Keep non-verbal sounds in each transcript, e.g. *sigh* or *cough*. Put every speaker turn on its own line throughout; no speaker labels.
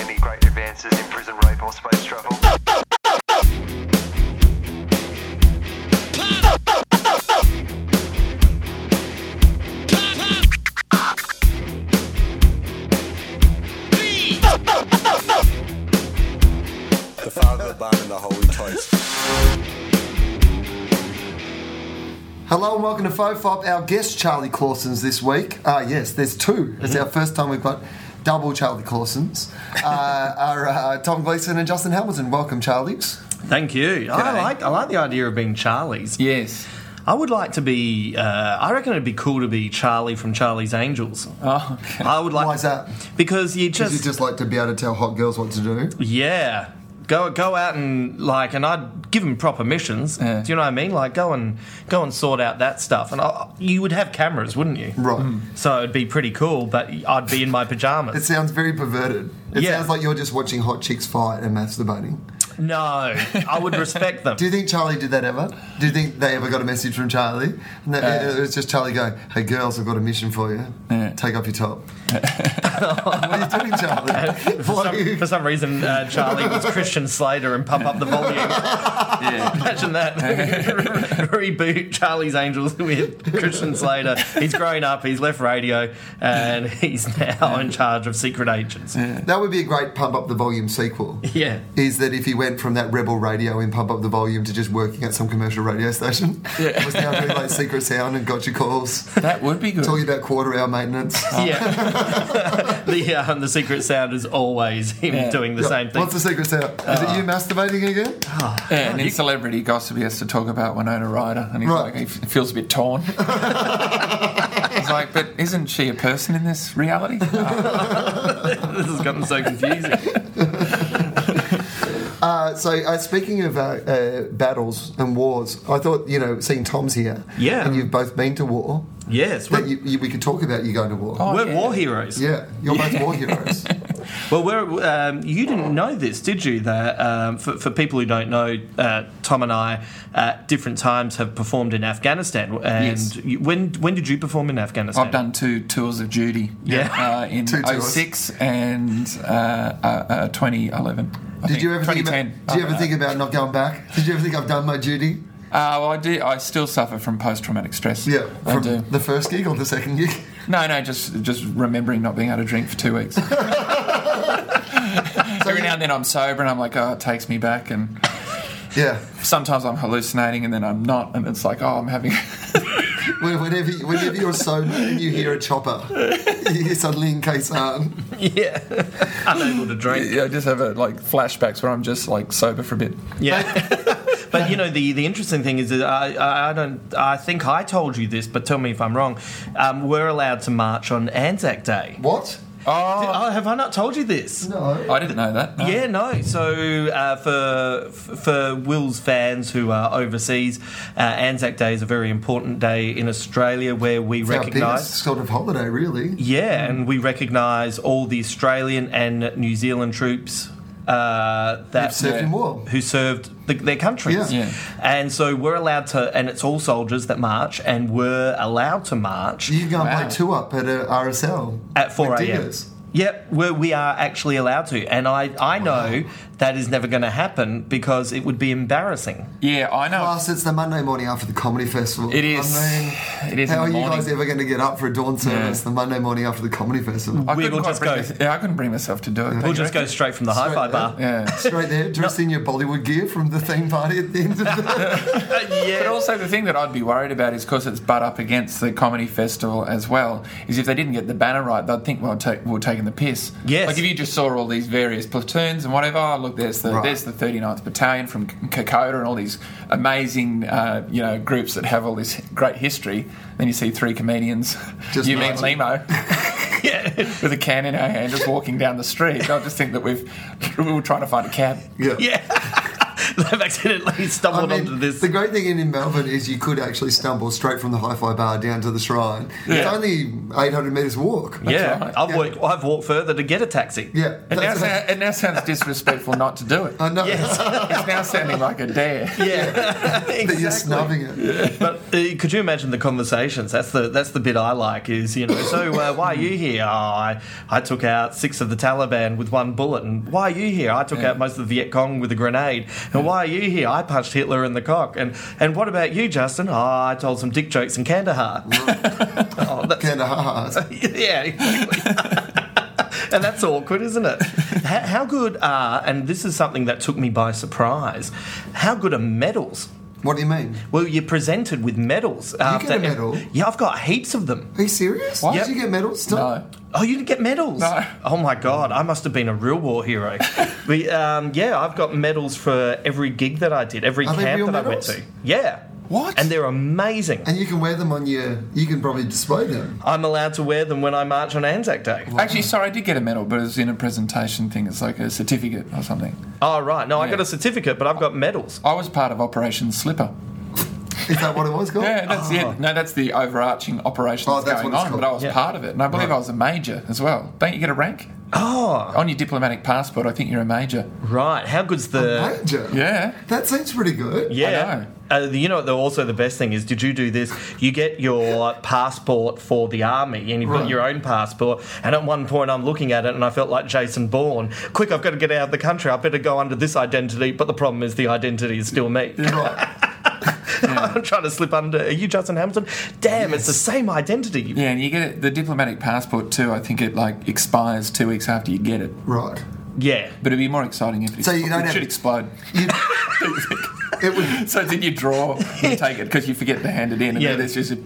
any great advances in prison rape or space travel.
The Father, the Bun, and the Holy Toast.
Hello and welcome to Fofop. Our guest Charlie Clausen's this week. Ah, yes, there's two. It's
Mm-hmm.
our first time we've got double Charlie
*laughs*
Clausens. Uh, are uh, Tom Gleeson and Justin Hamilton. Welcome, Charlies.
Thank you. I like I like the idea of being Charlie's.
Yes.
I would like to be. Uh, I reckon it'd be cool to be Charlie from Charlie's Angels.
Oh, okay.
I would like
Why's that?
because you
Does
just,
you just like to be able to tell hot girls what to do?
yeah go go out and like and I'd give them proper missions.
Yeah.
Do you know what I mean? Like go and go and sort out that stuff. And I, you would have cameras, wouldn't you?
Right.
So it'd be pretty cool. But I'd be in my
It
pajamas.
sounds very perverted. It
Yeah.
sounds like you're just watching hot chicks fight and masturbating.
no, I would respect
*laughs*
them.
Do you think Charlie did that ever? Do you think they ever got a message from Charlie? And that,
Uh,
it- it was just Charlie going, "Hey girls, I've got a mission for you.
Yeah.
Take off your
*laughs*
top." *laughs* what are you doing, Charlie?
For
What are
some,
you-
for some reason, uh, Charlie was Christian Slater and pump up the volume. Imagine that. *laughs* Reboot Charlie's Angels with Christian Slater. He's grown up, he's left radio, and he's now in charge of secret agents. Yeah.
That would be a great pump up the volume sequel.
Yeah.
Is that if he went from that rebel radio in pump up the volume to just working at some commercial radio
*laughs*
station? Yeah. Was now doing like secret sound and gotcha calls,
That would be good.
talking about quarter hour maintenance.
*laughs* the, um, the secret sound is always him
Yeah.
doing *laughs* the same thing. Uh.
What's the secret sound? Is it you masturbating again?
yeah, and in celebrity gossip, he has to talk about Winona Ryder, and he's
Right.
like, he f- feels a
*laughs*
bit torn. he's like, but isn't she a person in this reality?
*laughs* this has gotten so confusing.
Uh, so uh, speaking of uh, uh, battles and wars, I thought you know seeing Tom's here,
Yeah.
and you've both been to war.
Yes,
That
we're,
you, you, we could talk about you going to war.
Oh,
we're
yeah.
war heroes.
Yeah, you're both war heroes.
Well, we're, um, you didn't know this, did you? That um, for, for people who don't know, uh, Tom and I at different times have performed in Afghanistan. And
Yes.
you, when when did you perform in Afghanistan?
I've done two tours of duty.
Yeah.
Uh, in
Two tours.
06 and uh, uh, uh, 2011. I
Did
think.
*laughs*
you ever think about,
2010.
did you
Uh.
ever think about not going back? Did you ever think I've done my duty?
Uh, well, I do. I still suffer from post-traumatic stress.
Yeah,
I
from
do.
the first gig or the second gig? *laughs*
No, no, just just remembering not being able to drink for two
*laughs*
weeks. *laughs* Every now and then I'm sober and I'm like, oh, it takes me back, and
Yeah.
sometimes I'm hallucinating and then I'm not, and it's like, oh, I'm having. *laughs*
When- Whenever, you- whenever you're sober and you hear a chopper, you're suddenly in case um,
*laughs* Yeah, unable to drink.
Yeah, I just have a, like flashbacks where I'm just like sober for a bit.
Yeah, *laughs* but you know the, the interesting thing is that I, I I don't I think I told you this, but tell me if I'm wrong. Um, we're allowed to march on Anzac Day.
What?
Oh,
Oh, have I not told you this?
I didn't know that. No.
Yeah, no. So uh, for for Will's fans who are overseas, uh, Anzac Day is a very important day in Australia where we
Our biggest Mm.
recognise.
sort of holiday, really.
Yeah, and we recognise all the Australian and New Zealand troops uh, that
I've served in war.
who served the, their countries.
Yeah.
Yeah.
And so we're allowed to, and it's all soldiers that march, and we're allowed to march
You can go and
Wow.
play two up at uh, RSL.
at 4
At
a.m.
Diggers.
Yep, we're, we are actually allowed to. And I, I know that is never going to happen because it would be embarrassing.
Yeah, I know.
Plus, it's Ah, the Monday morning after the comedy festival.
It is.
I mean,
It is
How
in
are
the
you
morning.
guys ever going to get up for a dawn service the Monday morning after the comedy festival?
I
We
couldn't
will
quite
just
bring
go.
this- yeah, I couldn't bring myself to do it.
We'll just go straight from the hi fi
Straight
bar.
Yeah.
Straight there, dressed in your Bollywood gear from the theme party at the end of
*laughs*
the.
Uh, yeah.
But also, the thing that I'd be worried about is because it's butt up against the comedy festival as well. Is if they didn't get the banner right, they'd think well, take, we're taking the piss.
Yes.
Like if you just saw all these various platoons and whatever. Oh, look, there's the
Right.
there's the 39th Battalion from K- Kokoda and all these amazing uh, you know groups that have all this great history. Then you see three comedians.
*laughs* Just
you mean
*laughs* marching.
Limo?
*laughs* yeah.
with a can in our hand, just walking down the street. They'll just think that we've we were trying to find a cab.
Yeah.
Yeah. They've accidentally
I
stumbled
mean,
onto this.
the great thing in, in Melbourne is you could actually stumble straight from the hi-fi bar down to the shrine. It's
Yeah.
only 800 metres walk.
yeah,
right.
I've
Yeah.
walked. I've walked further to get a taxi.
Yeah.
It now,
That's-
sou- it now sounds disrespectful not to do it.
I know *laughs*
Yes.
It's now sounding like a dare.
*laughs* yeah.
that
exactly.
you're snubbing it.
But uh, could you imagine the conversations? That's the that's the bit I like. Is you know, so uh, why are you here? Oh, I I took out six of the Taliban with one bullet, and why are you here? I took out most of the Viet Cong with a grenade, and why are you here? I punched Hitler in the cock, and and what about you, Justin? Oh, I told some dick jokes in Kandahar. *laughs* oh, that's,
Kind of hard.
*laughs* yeah, exactly. *laughs* and that's awkward, isn't it? How, how good are and this is something that took me by surprise. How good are medals?
What do you mean?
Well, you're presented with medals. after
a medal?
Yeah, I've got heaps of them.
Are you serious?
What?
Did you get medals? Still?
No.
Oh, you didn't get medals?
No.
Oh my god, I must have been a real
*laughs*
war hero. but, um, yeah, I've got medals for every gig that I did, every
Are they
camp
real
that
medals?
I went to. Yeah.
What?
And they're amazing.
And you can wear them on your. You can probably display them.
I'm allowed to wear them when I march on Anzac Day.
Actually, sorry, I did get a medal, but it was in a presentation thing. It's like a certificate or something.
Oh right, no, I got a certificate, but I've got medals.
I was part of Operation Slipper.
Is that what it was called?
*laughs*
Yeah, that's it. No, that's the overarching operation
Ah. Oh,
that's,
that's
going
what it's
on.
called.
But I was
Yeah.
part of it, and I believe I was a major as well. Don't you get a rank
Ah.
Oh
on your diplomatic passport? I think you're a major.
right, how good's the?
Major.
Yeah.
That seems pretty good.
Yeah. Uh, you know, the, also the best thing is, did you do this? You get your passport for the army, and you've
Right.
got your own passport. And at one point, I'm looking at it, and I felt like Jason Bourne. Quick, I've got to get out of the country. I better go under this identity. But the problem is, the identity is still me.
Right.
*laughs* I'm trying to slip under. Are you Justin Hamilton? Damn, it's the same identity.
Yeah, and you get it, the diplomatic passport too. I think it like expires two weeks after you get it.
Right.
Yeah.
But it'd be more exciting if it,
So you
expl-
don't
it
have-
should explode.
*laughs*
You, it would.
So then you draw
*laughs*
and take it because you forget to hand it in, and
Yeah.
then there's just a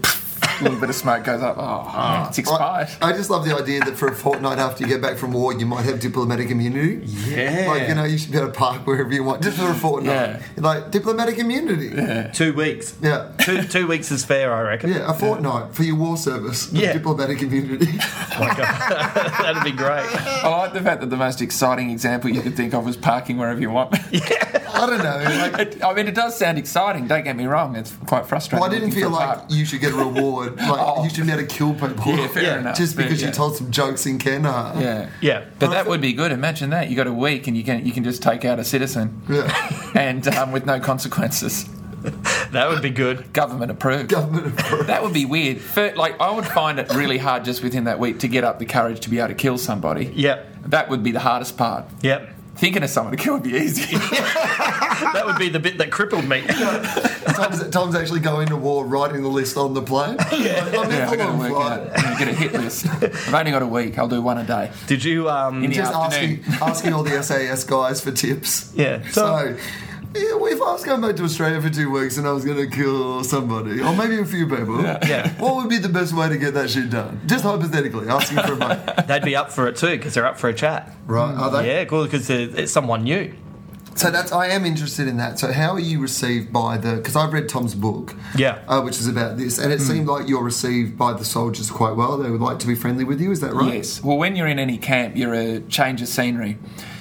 *laughs* little bit of smoke goes up. Oh,
Ah.
it's expired.
I, I just love the idea that for a fortnight after you get back from war, you might have diplomatic immunity.
Yeah.
Like, you know, you should be able to park wherever you want just for a fortnight.
Yeah.
Like, diplomatic immunity. Yeah. *laughs*
Two weeks.
Yeah.
Two, two weeks is fair, I reckon.
a fortnight for your war service.
Yeah.
Diplomatic immunity. *laughs*
Oh my God. *laughs* That'd be great.
I like the fact that the most exciting example you could think of was parking wherever you want.
I don't know. Like,
It- *laughs* I mean, it does sound exciting. Don't get me wrong; it's quite frustrating.
well, I didn't
looking
feel
for *laughs* a
like
park.
you should get a
*laughs*
reward. Like,
Oh.
you should be able to kill people.
Yeah,
*laughs*
fair
Yeah,
enough.
Just
But
because
yeah.
you told some jokes in Kandahar. *laughs*
Yeah.
Yeah.
But that would be good. Imagine that. You got a week, and you can you can just take out a citizen,
Yeah.
*laughs* and um, with no consequences,
That would be good.
government approved.
Government approved.
That would be weird. For, like, I would find it really hard just within that week to get up the courage to be able to kill somebody.
Yep.
That would be the hardest part.
Yep.
Thinking of someone to kill would be
*laughs*
easy. *laughs*
That would be the bit that crippled me.
Tom's, Tom's actually going to war writing the list on the plane. Yeah. Like, I'm
*laughs* yeah, I
full
gotta
on
work
flight.
out. You get a hit list. I've only got a week. I'll do one a day.
Did you? Um,
the
Just
afternoon.
asking, asking all the SAS guys for tips.
Yeah,
So,
so-
yeah, well, if I was going back to Australia for two weeks and I was going to kill somebody, or maybe a few people,
Yeah.
what would be the best way to get that shit done? Just hypothetically, asking for a mate.
they'd be up for it too because they're up for a chat.
Right, are they?
Yeah, cool. Because it's someone new.
So that's I am interested in that. So how are you received by the? Because I've read Tom's book,
Yeah.
uh, which is about this, and it seemed like you're received by the soldiers quite well. They would like to be friendly with you. Is that right?
Yes. Well, when you're in any camp, you're a change of scenery.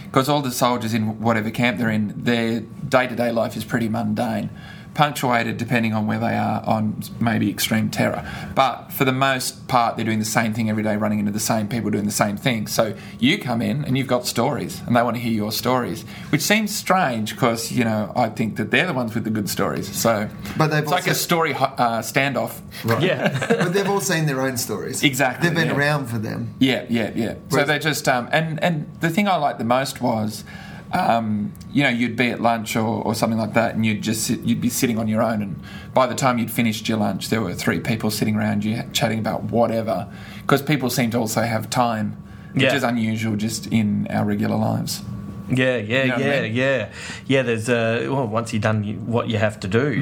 Because all the soldiers in whatever camp they're in, their day to day life is pretty mundane, punctuated depending on where they are on maybe extreme terror. But for the most part, they're doing the same thing every day, running into the same people, doing the same thing. So you come in and you've got stories, and they want to hear your stories, which seems strange because, you know, I think that they're the ones with the good stories. So
But they've
it's like
also-
a story ho- uh, standoff.
Right.
Yeah.
but they've all seen their own stories.
Exactly,
They've been
yeah.
around for them.
Yeah, yeah, yeah. So
Whereas-
they just um, and and the thing I liked the most was, um, you know, you'd be at lunch or, or something like that, and you'd just sit, you'd be sitting on your own, and by the time you'd finished your lunch, there were three people sitting around you chatting about whatever, because people seem to also have time, which
Yeah.
is unusual just in our regular lives.
Yeah, yeah,
know what I
yeah,
mean?
yeah, yeah. There's uh, well, once you've done you- what you have to do,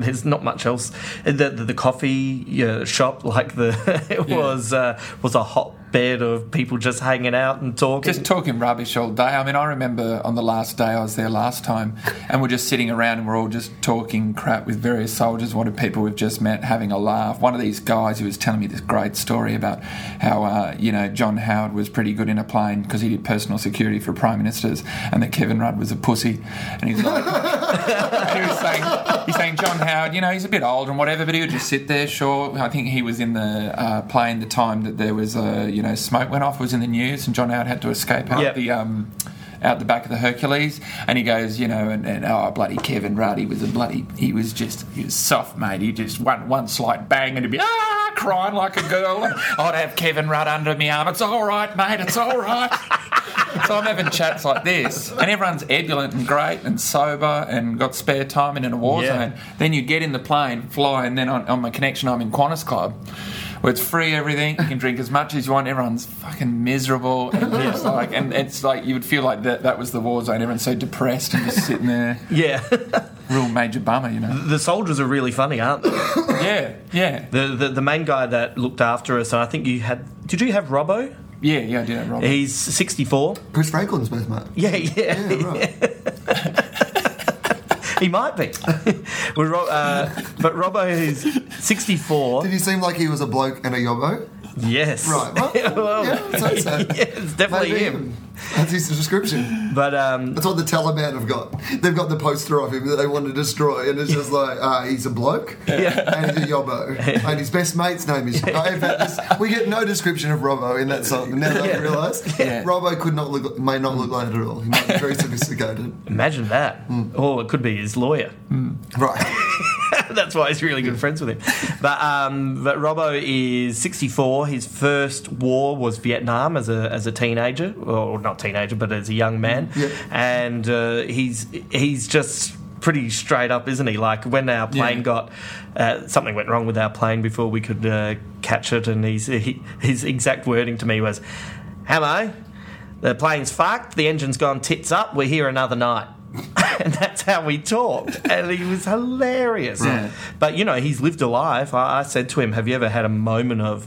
*laughs* there's not much *laughs* else. The the, the coffee uh, shop, like the it was uh, was a hot bed of people just hanging out and talking.
Just talking rubbish all day. I mean, I remember on the last day I was there last time, and we're just sitting around and we're all just talking crap with various soldiers, one of people we've just met, having a laugh. One of these guys who was telling me this great story about how, uh, you know, John Howard was pretty good in a plane because he did personal security for prime ministers, and that Kevin Rudd was a pussy. And he's like, he was saying, he's saying John Howard, you know, he's a bit older and whatever, but he would just sit there. Sure, I think he was in the uh, plane the time that there was a you know smoke went off was in the news, and John Howard had to escape out
Yep.
the. Um, out the back of the Hercules, and he goes, you know, and, and oh bloody Kevin Rudd, he was a bloody, he was just, he was soft, mate. He just one one slight bang, and he'd be ah crying like a girl. And I'd have Kevin Rudd under me arm. It's all right, mate. It's all right. So I'm having chats like this, and everyone's ebullient and great and sober and got spare time and in a war
Yeah.
zone. Then you get in the plane, fly, and then on, on my connection, I'm in Qantas Club, where it's free everything. You can drink as much as you want. Everyone's fucking miserable, and it's like, and it's like you would feel like that that was the war zone. Everyone's so depressed and just sitting there,
yeah, *laughs*
real major bummer, you know.
the soldiers are really funny, aren't they?
Yeah, yeah,
the, the the main guy that looked after us, and I think you had. Did you have Robbo?
yeah, yeah. I did it wrong.
He's sixty four.
Bruce Franklin's best mate.
Yeah, yeah.
Yeah, right.
He might be. *laughs* Well, Ro- uh, but Robbo is 64.
Did he seem like he was a bloke and a yobbo?
Yes. *laughs*
Right. Well,
Well, *laughs*
yeah, so, so.
yeah, it's definitely
Maybe
him.
That's his description.
But um,
That's what the Taliban have got. They've got the poster of him that they want to destroy, and it's just like uh, he's a bloke and he's a yobbo, and his best mate's name is. Uh, in fact, this- we get no description of Robbo in that song. Now that I realise, Robbo could not look, may not look like it at all. He might be very sophisticated.
imagine that. Or it could be his lawyer.
Right.
*laughs* That's why he's really good friends with him. But um, but Robbo is 64. His first war was Vietnam as a as a teenager, or not teenager, but as a young man.
Yeah.
And uh, he's he's just pretty straight up, isn't he? Like when our plane
Yeah.
got uh, something went wrong with our plane before we could uh, catch it, and he's, he, his exact wording to me was, "Hello, the plane's fucked. The engine's gone tits up. We're here another night." *laughs* and that's how we talked, and he was hilarious.
Right.
But you know, he's lived a life. I, I said to him, "Have you ever had a moment of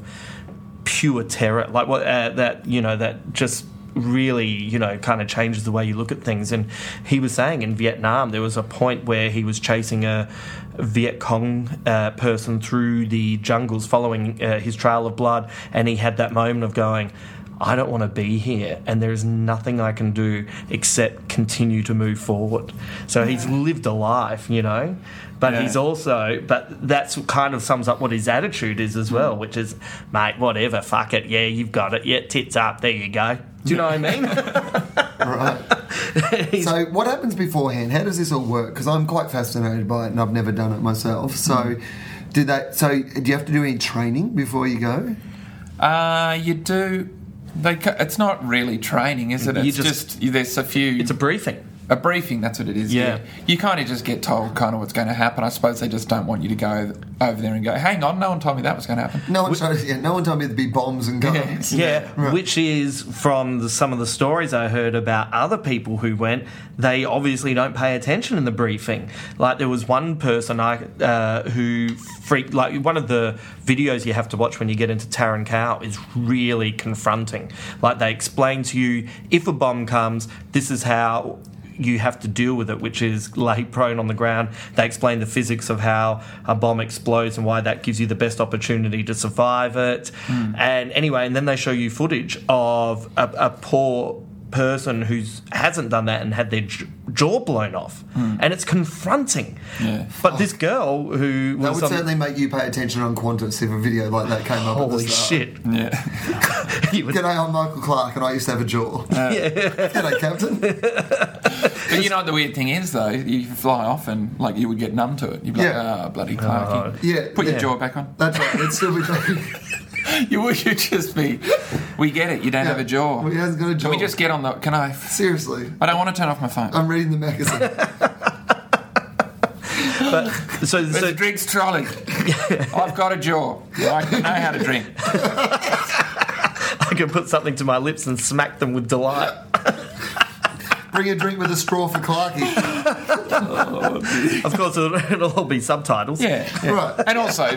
pure terror, like what uh, that you know that just really you know kind of changes the way you look at things?" And he was saying in Vietnam there was a point where he was chasing a Viet Cong uh, person through the jungles, following uh, his trail of blood, and he had that moment of going. I don't want to be here, and there is nothing I can do except continue to move forward. So he's lived a life, you know, but
Yeah.
he's also, but that's kind of sums up what his attitude is as well, which is, mate, whatever, fuck it, yeah, you've got it, yeah, tits up, there you go. Do you know what I mean? *laughs*
So, what happens beforehand? How does this all work? Because I'm quite fascinated by it, and I've never done it myself.
Hmm.
So, did that? So, do you have to do any training before you go?
Uh, you do. They, ca- it's not really training, is it? It's
You just-
just, there's a few.
it's a briefing.
A briefing, that's what it is.
Yeah.
Yeah. You kind of just get told kind of what's going to happen. I suppose they just don't want you to go over there and go, hang on, no one told me that was going to happen.
No one, told, yeah, no one told me there'd be bombs and guns.
Yeah, which is from the, some of the stories I heard about other people who went. They obviously don't pay attention in the briefing. Like there was one person I uh, who freaked. Like one of the videos you have to watch when you get into Taran Cow is really confronting. Like they explain to you if a bomb comes, this is how. You have to deal with it, which is lay prone on the ground. They explain the physics of how a bomb explodes and why that gives you the best opportunity to survive it. And anyway, and then they show you footage of a, a poor person who hasn't done that and had their j- jaw blown off, and it's confronting. But this girl who
That
was
would
on-
certainly make you pay attention on Qantas if a video like that came up. at the
holy
start.
*laughs* shit,
Yeah.
You would-
G'day, I'm Michael Clark, and I used to have a jaw.
Uh,
*laughs* G'day,
*laughs*
Captain.
*laughs* but you know what the weird thing is, though? You fly off and, like, you would get numb to it. You'd be like,
Yeah.
ah, bloody Clarky.
Yeah,
Put
yeah.
your jaw back on. *laughs*
That's right. It's still be
You would you just be, we get it, you don't have a jaw.
He hasn't got a jaw.
Can we just get on the, can I,
*laughs* Seriously,
I don't want to turn off my phone.
I'm reading the magazine.
but so,
There's
so
a drinks trolley. I've got a jaw. I know how to drink.
I could put something to my lips and smack them with delight.
Bring a drink with a straw for
*laughs*
Clarky.
Of course, it'll, *laughs* it'll all be subtitles.
Yeah, yeah.
Right.
And also,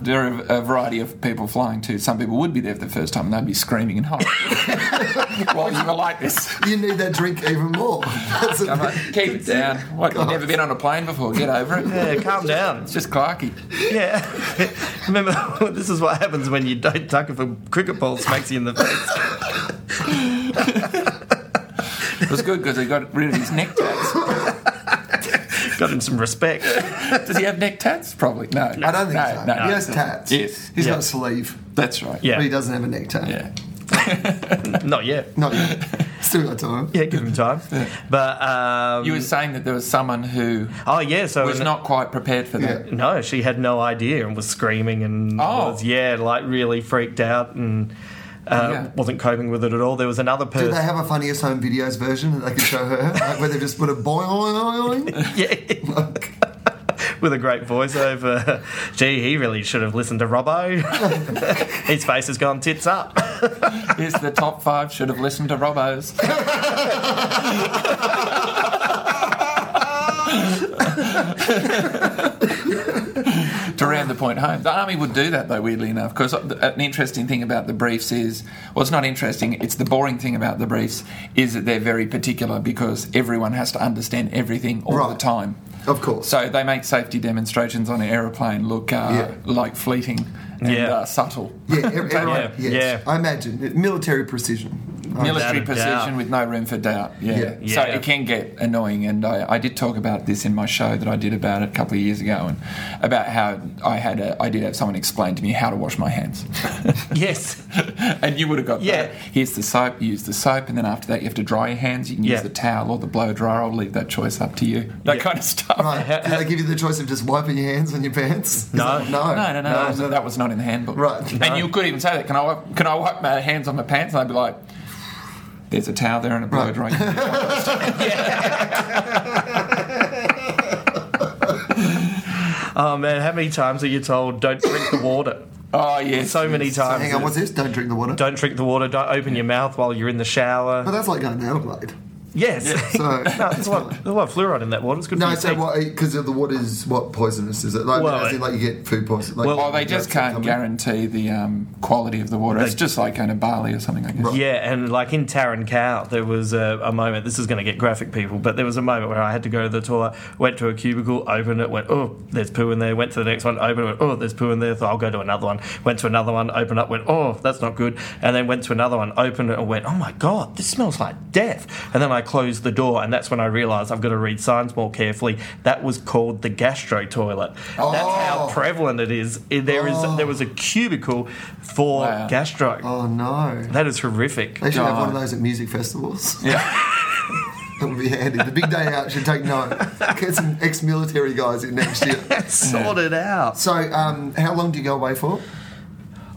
there are a variety of people flying too. Some people would be there for the first time and they'd be screaming and horror. *laughs* Why you were like this?
You need that drink even more. *laughs* That's a
I'm like, keep it down. What? You've never been on a plane before. Get over it.
Yeah, calm down.
It's just Clarky.
Yeah. *laughs* Remember, this is what happens when you don't tuck if a cricket ball smacks you in the face.
It was good because he got rid of his neck tats.
Got him some respect.
Does he have neck tats? Probably. No.
I don't think
no,
so.
No,
he has tats.
Yes.
He's
Yeah.
got a sleeve,
That's right.
Yeah.
but he doesn't have a neck tat.
Yeah.
Not yet. *laughs*
Not yet. *laughs* Still got time.
Yeah, give him time. But, um,
You were saying that there was someone who
oh, yeah, so.
was not quite prepared for that.
Yeah.
No, she had no idea and was screaming and
Oh.
was, yeah, like really freaked out and uh,
Yeah.
wasn't coping with it at all. There was another
Do
person.
they have a funniest home videos version that they could show her, *laughs* like, where they just put a boing, oing,
*laughs*
oing, oing?
*laughs* Yeah. With a great voiceover. Gee, he really should have listened to Robbo. *laughs* His face has gone tits up. *laughs*
Here's the top five. Should have listened to Robbo's. to round the point home, the army would do that though. Weirdly enough, because an interesting thing about the briefs is, well, it's not interesting. It's the boring thing about the briefs is that they're very particular because everyone has to understand everything all the
Right.
time.
Of course.
So they make safety demonstrations on an aeroplane look uh, like fleeting and
Yeah.
uh, subtle.
yeah, ev- everyone,
Yeah,
yes.
yeah.
I imagine. Military precision.
military
Without a doubt.
precision with no room for doubt. Yeah.
Yeah.
So
Yeah.
it can get annoying, and I, I did talk about this in my show that I did about it a couple of years ago, and about how I had a, I did have someone explain to me how to wash my hands, *laughs*
Yes.
and you would have got
Yeah.
that. Here's the soap. You use the soap, and then after that you have to dry your hands. You can
Yeah.
use the towel or the blow dryer. I'll leave that choice up to you. That
Yeah.
kind of stuff.
Right. Do they give you the choice of just wiping your hands on your pants?
No.
no.
No, no, no, that, was, that was not in the handbook.
Right.
And you could even say that. Can I wipe, can I wipe my hands on my pants? And I'd be like, "There's a towel there and a blow
Right.
dryer." You can
*laughs* Oh, man, how many times are you told don't drink the water?
Oh yes,
So many times.
Hang on, what's this? Don't drink the water.
Don't drink the water, don't open your mouth while you're in the
But
shower.
that's like going to Adelaide.
Yes.
*laughs*
So-
no, there's, a lot, there's a lot of fluoride in that water. It's good for
No,
your
so
teeth.
what? Because the water's what poisonous is it? Like,
Well,
as in, like you get food poison. Like, oh,
well-
Well, they just
that's
can't
coming.
guarantee the um, quality of the water. It's just like going to Bali or something, I guess.
Yeah, and like in Taran Cow, there was a, a moment. This is going to get graphic, people, but there was a moment where I had to go to the toilet, went to a cubicle, opened it, went, oh, there's poo in there. Went to the next one, opened it, went, oh, there's poo in there. Thought I'll go to another one. Went to another one, opened up, went, oh, that's not good. And then went to another one, opened it, and went, oh my god, this smells like death. And then I closed the door, and that's when I realised I've got to read signs more carefully. That was called the gastro toilet. That's
Oh.
how prevalent it is. There is there was a cubicle for
Wow.
gastro.
Oh no!
That is horrific.
They should have
God.
one of those at music festivals. *laughs*
Yeah.
That would be handy. The big day out should take note. Get some ex-military guys in next year.
Sort it out.
So, um, how long do you go away for?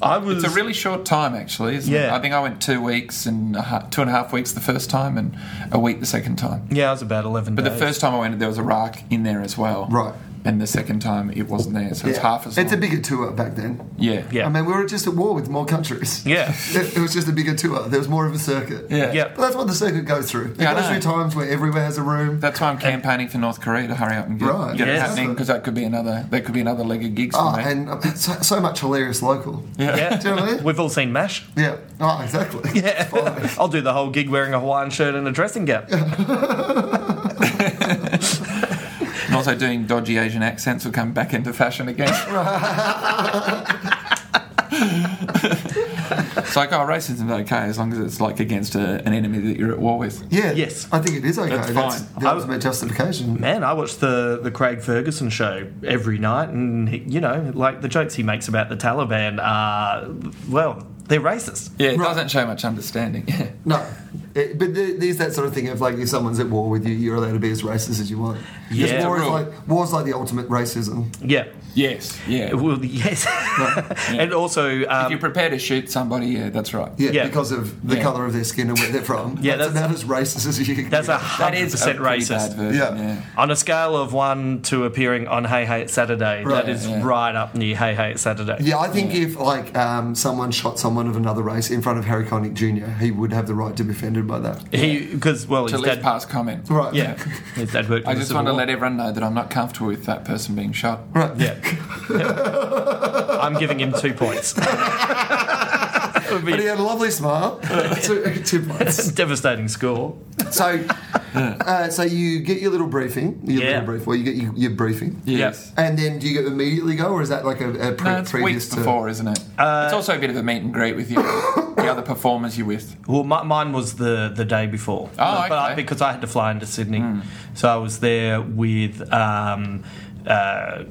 I was
It's a really short time, actually. Isn't it?
Yeah.
I think I went two weeks and a ha- two and a half weeks the first time, and a week the second time.
yeah, I was about eleven.
But
days.
the first time I went, there was a rack in there as well.
Right.
And the second time, it wasn't there, so it's half as.
It's a
long.
bigger tour back then.
Yeah.
Yeah.
I mean, we were just at war with more countries.
Yeah.
*laughs* It, it was just a bigger tour. There was more of a circuit.
Yeah.
Yeah.
But that's what the circuit goes through. It
Yeah, I
goes
know.
through times where everywhere has a room.
That's why I'm campaigning for North Korea to hurry up and get,
Right.
get it
Yes.
happening because that could be another that could be another leg of gigs for
Oh,
me.
and uh, so, so much hilarious local.
yeah.
Do you know what I
yeah,
mean?
we've all seen Mash.
Yeah. Oh,
*laughs*
exactly. Yeah.
I'll do the whole gig wearing a Hawaiian shirt and a dressing gown.
and also doing dodgy Asian accents will come back into fashion
*laughs*
again. it's like, oh, racism's okay as long as it's like against a, an enemy that you're at war with.
Yeah.
Yes.
I think it is okay.
That's fine.
the ultimate justification.
Man, I watch the the Craig Ferguson show every night, and he- you know, like the jokes he makes about the Taliban are well, they're racist.
Yeah, it doesn't show much understanding. Yeah.
No. It- but there- there's that sort of thing of like if someone's at war with you, you're allowed to be as racist as you want. 'Cause
Yeah.
war is
Rule.
like war's like the ultimate racism.
Yeah.
Yes. Yeah.
Well,
*laughs*
yes, and also
If
um,
you're prepared to shoot somebody, yeah, that's right.
Yeah,
Yeah.
because of the
Yeah.
colour of their skin and where they're from.
Yeah,
that's,
that's-
about as racist as you. can
that's a
get.
That
hundred
is
percent
a pretty
racist.
bad version,
Yeah.
yeah.
On a scale of one to appearing on Hey Hey It's Saturday,
Right,
that is
yeah.
right up near Hey Hey It's Saturday.
Yeah, I think if like um, someone shot someone someone of another race in front of Harry Connick Jr., he would have the right to be offended by that.
He because well,
To
his
leave
dad.
past comment.
Right.
*laughs* Yeah, his dad worked.
I
in the
just
Civil
want to
War.
let everyone know that I'm not comfortable with that person being shot.
Right.
Yeah.
*laughs*
I'm giving him two points. Would be
But he had a lovely smile. *laughs* two, two points.
a devastating score. *laughs*
So, uh, so you get your little briefing. Your
Yeah.
little brief. Well, you get your, your briefing.
Yes.
And then do you get immediately go, or is that like a, a pre-
No, it's
previous
weeks
to?
before, isn't it? it's also a bit of a meet and greet with you, the other performers you're with.
Well, mi- mine was the, the day before.
Oh,
But I,
okay. Hmm.
because I had to fly into Sydney. So I was there with um, uh,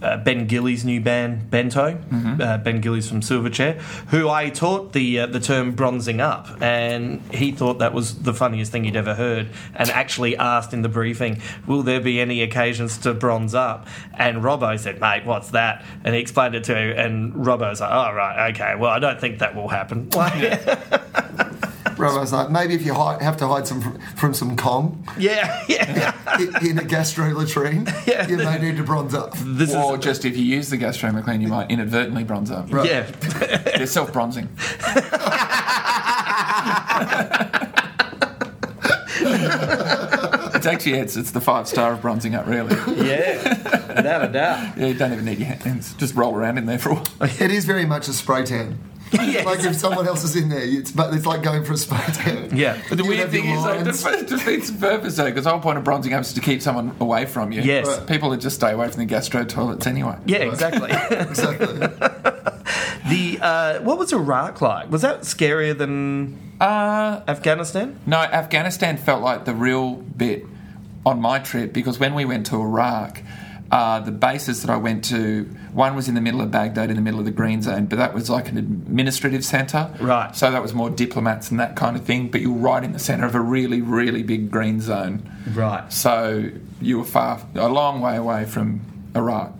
uh, Ben Gillies' new band, Bento.
Mm-hmm.
Uh, ben Gillies from Silverchair, who I taught the, uh, the term bronzing up. And he thought that was the funniest thing he'd ever heard. And actually asked in the briefing, Will there be any occasions to bronze up? And Robbo said, Mate, what's that? And he explained it to her. And Robbo's like, Oh, right, okay. Well, I don't think that will
*laughs*
happen. Like,
Robo's like, maybe if you hide, have to hide some from, from some com
Yeah, *laughs* yeah.
i- in a gastro latrine,
*laughs*
Yeah.
you may need to bronze up.
This
or
is
just if you use the gastroma clean, you might inadvertently bronze up. Right.
yeah.
They're self bronzing. it's actually it's, it's the five star of bronzing up, really.
*laughs* Yeah, without a doubt.
Yeah, you don't even need your hands. Just roll around in there for a while.
It is very much a spray tan. Like if someone else is in there, it's but it's like going for a spray tan.
Yeah.
But the
You
weird
have
thing
your
is, like,
lines.
it defeats the purpose, though, because the whole point of bronzing up is to keep someone away from you.
Yes. Right.
People that just stay away from the gastro toilets anyway.
Yeah,
*laughs*
exactly.
Exactly.
*laughs* the uh, what was Iraq like? Was that scarier than
Uh,
Afghanistan?
No, Afghanistan felt like the real bit on my trip because when we went to Iraq, uh, the bases that I went to, one was in the middle of Baghdad, in the middle of the Green Zone, but that was like an administrative centre.
Right.
So that was more diplomats and that kind of thing, but you were right in the centre of a really, really big Green Zone.
Right.
So you were far, a long way away from Iraq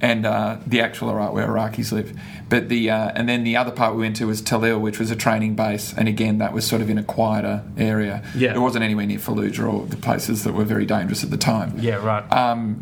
and uh, the actual Iraq where Iraqis live. But the uh, and then the other part we went to was Talil, which was a training base, and again that was sort of in a quieter area.
Yeah.
it wasn't anywhere near Fallujah or the places that were very dangerous at the time.
Yeah, right.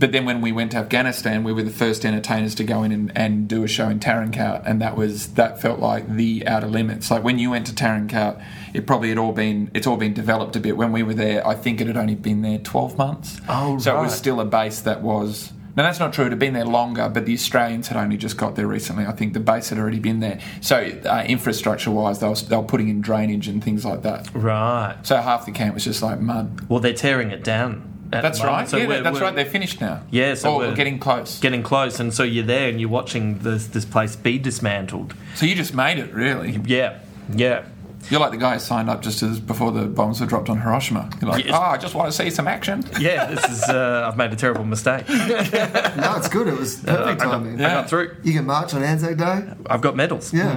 But then when we went to Afghanistan, we were the first entertainers to go in and, and do a show in Tarankout, and that was that felt like the outer limits. Like when you went to Tarankout, it probably had all been it's all been developed a bit. When we were there, I think it had only been there twelve months.
Oh,
so it
right.
was still a base that was. Now that's not true. It had been there longer, but the Australians had only just got there recently. I think the base had already been there. So uh, infrastructure-wise, they were, they were putting in drainage and things like that.
right.
So half the camp was just like mud.
Well, they're tearing it down. at
That's
the moment,
right.
so
yeah,
we're-
that's
we're
right. They're finished now.
Yeah, so
Or
we're-
getting close.
Getting close, and so you're there, and you're watching this this place be dismantled.
So you just made it, really.
Yeah, yeah,
You're like the guy who signed up just as before the bombs were dropped on Hiroshima. You're like,
Yes.
oh, I just want to see some action.
yeah. This is uh, I've made a terrible
*laughs*
mistake.
No, it's good. It was
Oh,
perfect timing.
I got through.
You can march on Anzac Day.
I've got medals.
*laughs*
Yeah.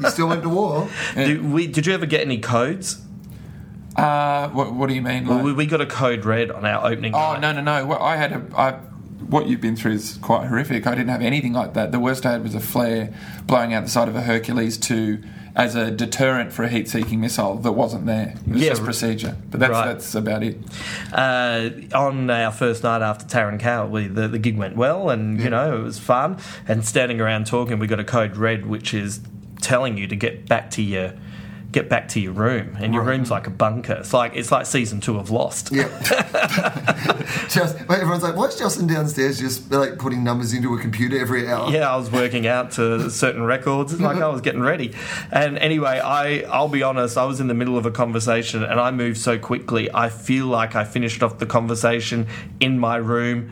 you still went to war.
Do we, did you ever get any codes?
Uh, what, what do you mean?
Well,
like-
we, we got a code red on our opening.
oh
night.
no, no, no. Well, I had a. I, what you've been through is quite horrific. I didn't have anything like that. The worst I had was a flare blowing out the side of a Hercules to as a deterrent for a heat-seeking missile that wasn't there. It was
Yeah,
just
r-
procedure. But that's
right.
that's about it.
uh, on our first night after Taran Cow, we, the, the gig went well and, you know, it was fun. And standing around talking, we got a code red, which is telling you to get back to your. Get back to your room, and your room's like a bunker. It's like it's like season two of Lost.
Yeah. *laughs* just, but everyone's like, why's Justin downstairs just like putting numbers into a computer every hour?
yeah, I was working out to certain records. It's like I was getting ready. And anyway, I I'll be honest, I was in the middle of a conversation and I moved so quickly. I feel like I finished off the conversation in my room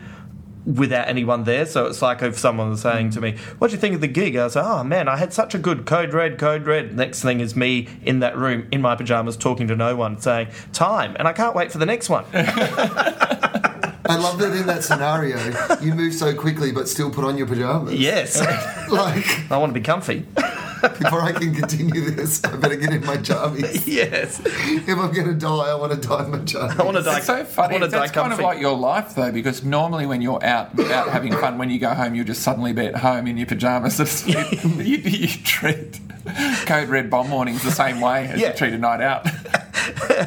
without anyone there. So it's like if someone was saying to me, "What do you think of the gig?" I was like, "Oh man, I had such a good code red, code red." Next thing is me in that room in my pajamas talking to no one, saying time, and I can't wait for the next
*laughs*
one.
I love that in that scenario, you move so quickly but still put on your pajamas.
*laughs*
yes,
Like,
I want to be comfy.
before I can continue this, I better get in my
*laughs*
jammies.
yes,
If I'm going to die, I want to die in my jammies.
I want to die.
It's so
I
funny.
want to
It's
die
that's kind of
comfy.
like your life, though, because normally when you're out, out having fun, when you go home, you'll just suddenly be at home in your pajamas asleep. you, you treat *laughs* Code Red bomb warnings the same way as
Yeah.
you treat a night out.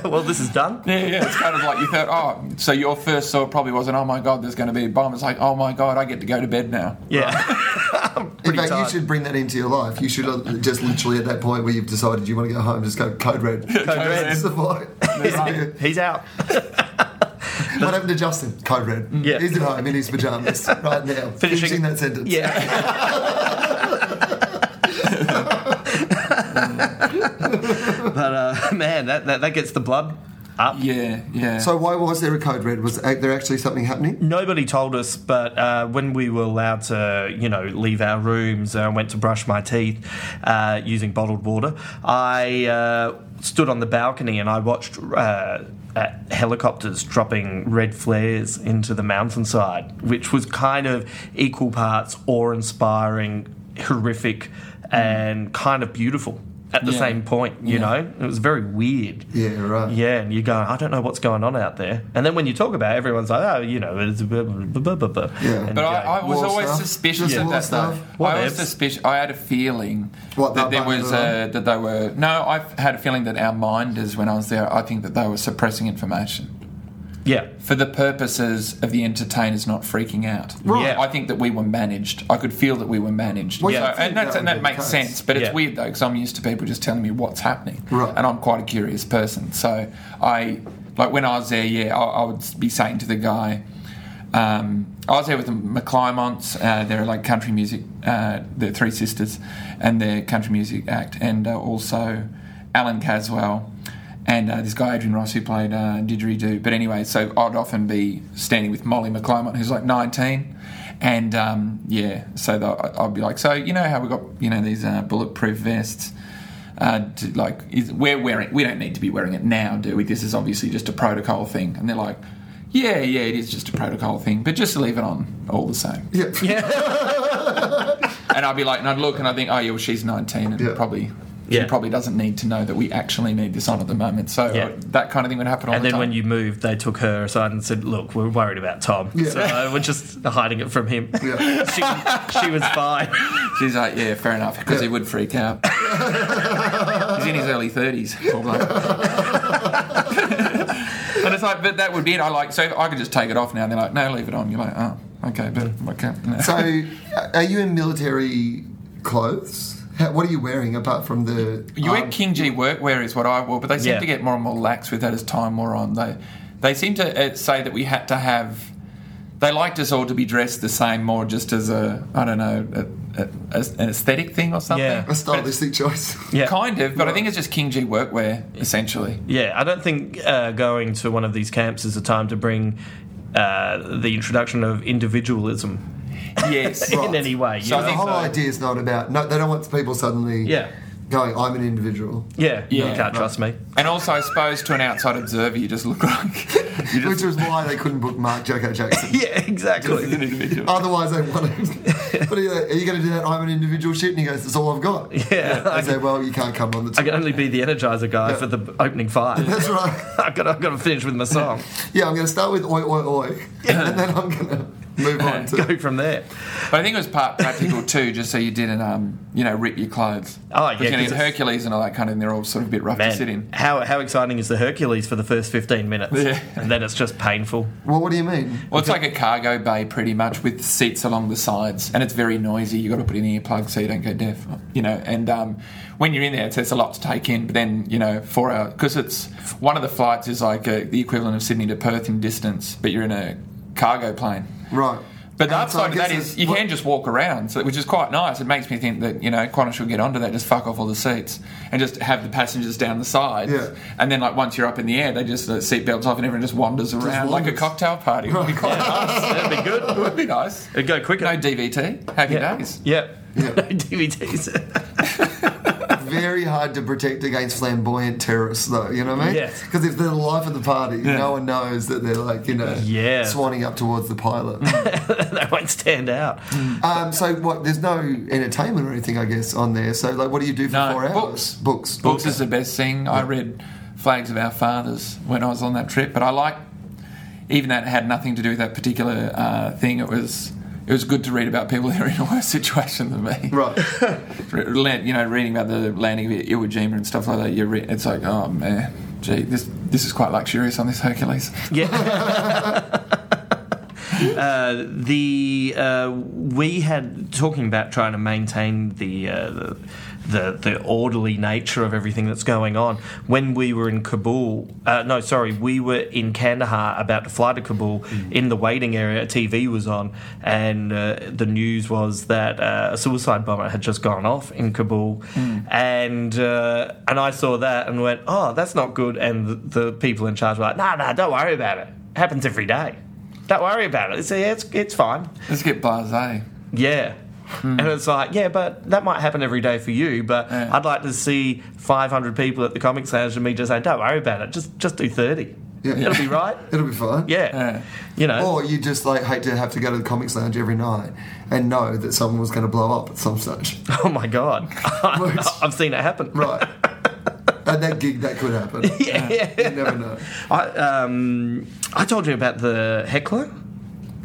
well, this is done.
yeah, yeah. *laughs* It's kind of like you thought, oh, so your first thought probably wasn't, oh my God, there's going to be a bomb. It's like, oh my God, I get to go to bed now.
Yeah. *laughs* I'm
In
pretty
fact, you
tired.
should bring that into your life. You should uh, just literally at that point where you've decided you want to go home, just go code red. Code
red.
*laughs* red.
He's out.
What happened to Justin? Code red.
Yeah.
He's at home in his pajamas right now, finishing, that sentence.
*laughs* Yeah. but uh, man, that, that that gets the blood up.
Yeah, yeah.
So why was there a code red? Was there actually something happening?
Nobody told us, but uh, when we were allowed to, you know, leave our rooms, I went to brush my teeth uh, using bottled water. I uh, stood on the balcony and I watched uh, uh, helicopters dropping red flares into the mountainside, which was kind of equal parts awe-inspiring, horrific, and kind of beautiful at the
Hmm. Yeah.
same point. You
Yeah.
know, it was very weird.
Yeah, right.
Yeah, and you go, I don't know what's going on out there. And then when you talk about it, everyone's like, oh, you know, it's blah, blah, blah, blah, blah.
Yeah.
And
But
you
I, I
go,
was
War
always
stuff.
suspicious
Just
of
war
that
stuff.
stuff.
What
I was
ifs?
suspicious. I had a feeling
What,
that
they
there
bungled
was
it
uh, that they were. No, I had a feeling that our minders, when I was there, I think that they were suppressing information
yeah.
for the purposes of the entertainers not freaking out.
Right. Yeah.
I think that we were managed. I could feel that we were managed.
Well,
you'd
So-
think
and, that's,
that
and
would
that
be the
makes
case.
sense. But it's
Yeah.
weird though, because I'm used to people just telling me what's happening,
Right.
and I'm quite a curious person. So I, like when I was there, yeah, I, I would be saying to the guy. Um, I was there with the McClymonts. Uh, they're like country music. Uh, they're three sisters, and their country music act, and uh, also Alan Caswell. And uh, this guy Adrian Ross who played uh, didgeridoo, but anyway, so I'd often be standing with Molly McClymont, who's like 19, and um, yeah, so the, I- I'd be like, so you know how we got you know these uh, bulletproof vests, uh, to, like is, we're wearing, we don't need to be wearing it now, do we? This is obviously just a protocol thing, and they're like, yeah, yeah, it is just a protocol thing, but just leave it on all the same.
Yeah.
*laughs* And I'd be like, and I'd look and I think, oh yeah, well she's 19 and
Yeah.
probably.
Yeah.
She probably doesn't need to know that we actually need this on at the moment. So uh,
Yeah.
that kind of thing would happen all
And
the
then
time.
when you moved, they took her aside and said, look, we're worried about Tom.
Yeah.
So uh, we're just hiding it from him.
Yeah.
*laughs* she, she was fine.
She's like, yeah, fair enough, because he would freak out. He's in his early thirties, *laughs* probably. and it's like, but that would be it. I like, so I could just take it off now. And they're like, no, leave it on. You're like, oh, okay, but okay. *laughs* No.
So, uh, are you in military clothes? How, what are you wearing apart from the?
you wear
um,
King G workwear is what I wore, but they seem
Yeah.
to get more and more lax with that as time wore on. They they seem to uh, say that we had to have. They liked us all to be dressed the same, more just as a I don't know a, a, a- an aesthetic thing or something.
Yeah.
A stylistic choice.
Yeah.
Kind of, but I think it's just King G workwear essentially.
Yeah, I don't think uh, going to one of these camps is a time to bring uh, the introduction of individualism
Yes.
in any way. you
So I
know?
The
think
whole
so.
idea is not about. No, they don't want people suddenly.
Yeah.
Going, I'm an individual.
yeah,
Yeah.
you can't trust me.
And also, I suppose to an outside observer, you just look like *laughs* you
Which
just
was why they couldn't book Mark Jacko Jackson.
Yeah, exactly.
an individual.
Oh.
Otherwise, they want to. *laughs* But are you, are you going to do that? I'm an individual shit, and he goes, "That's all I've got."
Yeah,
I
I
say, "Well, you can't come on the."
*laughs*
T-.
I can only be the energizer guy for the opening
*laughs*
five.
That's right. *laughs*
I've got, I've got to finish with my song.
Yeah, I'm going to start with oi oi oi, *laughs* and then I'm going to move on
*laughs*
to.
Go from there.
But I think it was part practical too, just so you didn't, um, you know, rip your clothes.
Oh, yeah,
Because, you know,
'cause
in
it's-
Hercules and all that kind of, thing, they're all sort of a bit rough to sit
Man,
in.
how, how exciting is the Hercules for the first 15 minutes?
Yeah.
And then it's just painful.
Well, what do you mean?
Well, it's like a cargo bay, pretty much, with seats along the sides, and it's very noisy. You got to put in earplugs so you don't go deaf, you know. And um, when you're in there, it's, it's a lot to take in. But then, you know, four hours because it's one of the flights is like uh the equivalent of Sydney to Perth in distance, but you're in a cargo plane.
Right.
But the
And so I
upside of that
guess
is
it's-
you
what-
can just walk around, so, which is quite nice. It makes me think that you know Qantas should get onto that, just fuck off all the seats and just have the passengers down the sides.
Yeah.
And then like once you're up in the air, they just uh, seat belts off and everyone just wanders around like a
wanders.
cocktail party.
*laughs*
It would be quite nice.
That'd be good.
It *laughs* would be nice.
It'd go quicker.
No DVT. Happy
yeah.
days.
Yeah. *laughs*
Yeah.
No *laughs* DVDs.
very hard to protect against flamboyant terrorists, though. You know what I mean?
Yes.
Because if they're the life of the party, no one knows that they're like you know
Yeah.
swanning up towards the
*laughs*
pilot.
they won't stand out.
um, so what? There's no entertainment or anything, I guess, on there. So like, what do you do for
No,
four hours?
books.
Books.
Books is the best thing. I read Flags of Our Fathers when I was on that trip, but I like even that had nothing to do with that particular uh, thing. It was it was good to read about people *laughs* who are in a worse situation than me.
Right.
Re- land- you know, reading about the landing of Iwo Jima and stuff like that, you re- it's like, oh man, gee, this this is quite luxurious on this Hercules.
Yeah. Uh, the uh, we had talking about trying to maintain the, uh, the the the orderly nature of everything that's going on. When we were in Kabul, uh, no, sorry, we were in Kandahar about to fly to Kabul. In the waiting area, a TV was on, and uh, the news was that uh, a suicide bomber had just gone off in Kabul, and uh, and I saw that and went, oh, that's not good. And the, the people in charge were like, nah, nah, don't worry about it. Happens every day. Don't worry about it. It's, yeah, it's, it's fine.
*laughs* Let's get blasé.
Yeah. And it's like, yeah, but that might happen every day for you. But
Yeah.
I'd like to see 500 people at the comic lounge and me just saying, don't worry about it. Just just do 30.
Yeah.
It'll be right.
It'll be fine.
Yeah.
Yeah.
You know.
Or you just like hate to have to go to the comics lounge every night and know that someone was going to blow up at some
*laughs*
stage.
*laughs* oh
*laughs*
my God.
Works.
*laughs* I've seen it happen.
Right. At that gig, that could happen.
*laughs* Yeah.
You never know.
I, um, I told you about the heckler.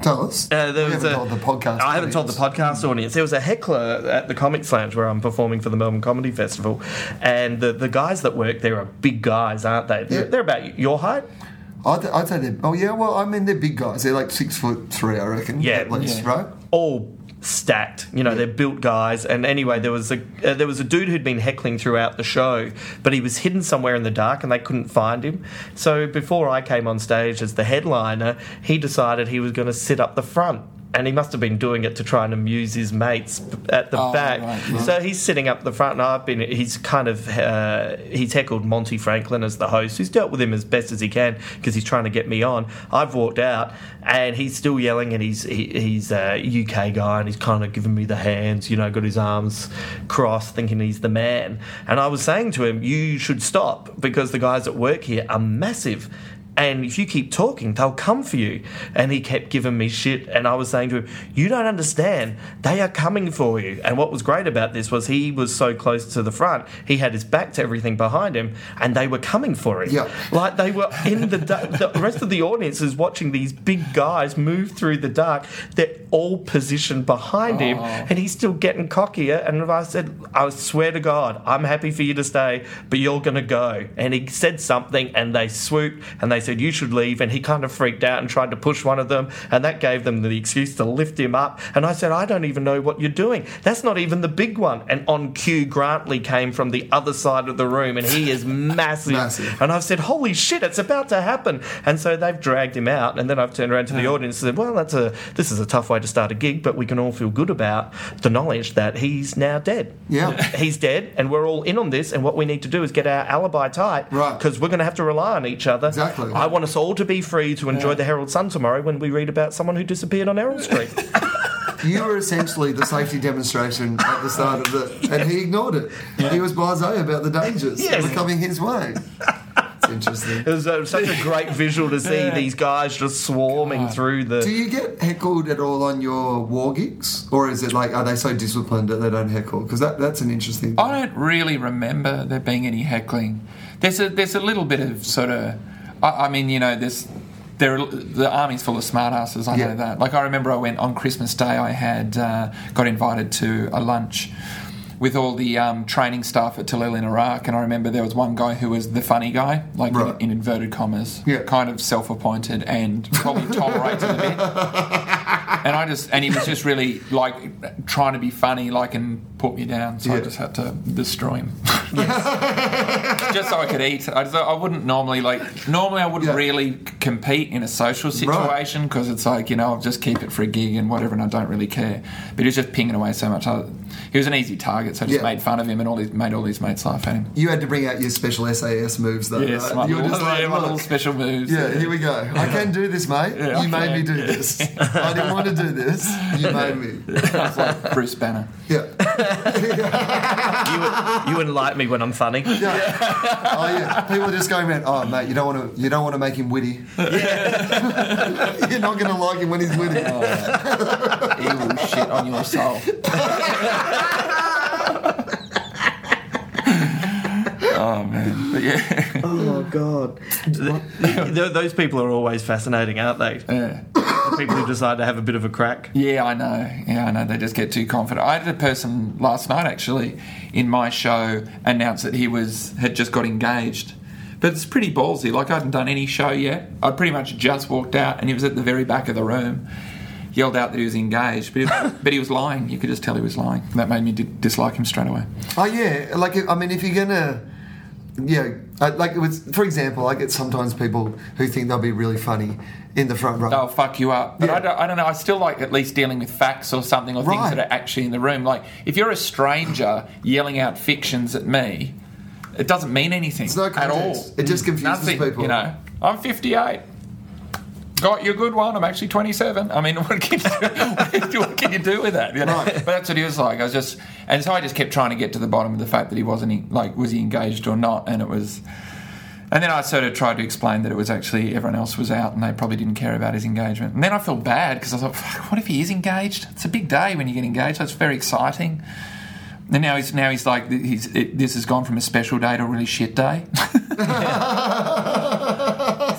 Tell us.
Uh, there
we
was
haven't
a-
told the podcast.
I haven't told the podcast audience. There was a heckler at the Comics Lounge where I'm performing for the Melbourne Comedy Festival, and the, the guys that work there are big guys, aren't they? They're,
Yeah.
they're about your height.
I'd, I'd say they're. Oh yeah. Well, I mean, they're big guys. They're like six foot three, I reckon.
Yeah.
At least,
Yeah.
right?
all stacked. You know, they're built guys. And anyway, there was a uh, there was a dude who'd been heckling throughout the show, but he was hidden somewhere in the dark, and they couldn't find him. So before I came on stage as the headliner, he decided he was going to sit up the front. And he must have been doing it to try and amuse his mates b- at the
Oh,
back.
right, yeah.
So he's sitting up the front, and I've been. He's kind of uh, he's heckled Monty Franklin as the host, who's dealt with him as best as he can because he's trying to get me on. I've walked out, and he's still yelling, and he's he, he's a UK guy, and he's kind of giving me the hands, you know, got his arms crossed, thinking he's the man. And I was saying to him, you should stop because the guys at work here are massive. And if you keep talking, they'll come for you. And he kept giving me shit. And I was saying to him, You don't understand. They are coming for you. And what was great about this was he was so close to the front, he had his back to everything behind him, and they were coming for him.
Yeah.
Like they were in the dark. The rest of the audience is watching these big guys move through the dark. They're all positioned behind him, and he's still getting cockier. And I said, I swear to God, I'm happy for you to stay, but you're going to go. And he said something, and they swooped and they said, You should leave. And he kind of freaked out and tried to push one of them, and that gave them the excuse to lift him up. And I said, I don't even know what you're doing. That's not even the big one. And on cue, Grantley came from the other side of the room, and he is massive.
Massive.
And I've said, holy shit, it's about to happen. And so they've dragged him out. And then I've turned around to the audience and said, well, that's a, this is a tough way to start a gig, but we can all feel good about the knowledge that he's now dead.
Yeah.
*laughs* He's dead, and we're all in on this. And what we need to do is get our alibi tight
Right.
because we're going to have to rely on each other.
Exactly.
I want us all to be free to enjoy the Herald Sun tomorrow when we read about someone who disappeared on
*laughs*
Errol Street.
You were essentially the safety demonstration at the start of the, and he ignored it. He was blasé about the dangers that
Yes.
were coming his way. It's interesting.
it was uh, such a great visual to see these guys just swarming through the.
Do you get heckled at all on your war gigs, or is it like are they so disciplined that they don't heckle? Because that, that's an interesting. Thing.
I don't really remember there being any heckling. There's a there's a little bit of sort of, I, I mean, you know, there's there are- the army's full of smartasses. I
Yeah.
know that. Like I remember, I went on Christmas Day. I had uh, got invited to a lunch. With all the um, training staff at Talil in Iraq, and I remember there was one guy who was the funny guy, like
Right.
in, in inverted commas,
Yeah.
kind of self-appointed and probably tolerated a bit and I just and he was just really like trying to be funny, like and put me down. So I
Yeah.
just had to destroy
*laughs*
him, just so I could eat. I, just- I wouldn't normally like normally I wouldn't
Yeah.
really c- compete in a social situation because it's like you know I'll just keep it for a gig and whatever, and I don't really care. But he was just pinging away so much. I, he was an easy target, so I just
Yeah.
made fun of him and all his made all his mates laugh at him.
You had to bring out your special SAS moves though.
Yes,
right?
my
you were
little,
just like,
my little
"Look,
special moves.
Yeah, here we go. I can do this, mate.
Yeah,
you
I
made
can.
me do this. I didn't want to do this. You made me.
It's like Bruce Banner.
Yeah.
you, you enlighten me when I'm funny.
Oh yeah. People are just going around. Oh mate, you don't want to. You don't want to make him witty. *laughs* You're not going to like him when he's witty.
Evil shit on
*laughs*
your soul. oh man, but yeah.
Oh God! Those people are always fascinating, aren't they?
yeah.
The people who decide to have a bit of a crack.
Yeah, I know. Yeah, I know. They just get too confident. I had a person last night actually in my show announce that he was had just got engaged, But it's pretty ballsy. Like, I hadn't done any show yet. I pretty much just walked out, and he was at the very back of the room. Yelled out that he was engaged, but he *laughs* was, but he was lying. You could just tell he was lying. That made me di- dislike him straight away.
Oh yeah, like I mean, if you're gonna, yeah, uh, like it was for example, I get sometimes people who think they'll be really funny in the front row.
they'll fuck you up. But
Yeah.
I, don't, I don't know. I still like at least dealing with facts or something or
Right.
things that are actually in the room. Like if you're a stranger yelling out fictions at me, it doesn't mean anything
no
at all.
context. It just confuses
Nothing,
people.
You know, I'm 58. Got you a good one. I'm actually 27. I mean, *laughs* what can you do, what can you do with that? You know?
Right.
But that's what he was like. I was just, and so I just kept trying to get to the bottom of the fact that he wasn't en- like was he engaged or not, and it was. And then I sort of tried to explain that it was actually everyone else was out and they probably didn't care about his engagement. And then I felt bad because I thought, Fuck, what if he is engaged? It's a big day when you get engaged. That's very exciting. And now he's now he's like he's it, this has gone from a special day to a really shit day.
*laughs*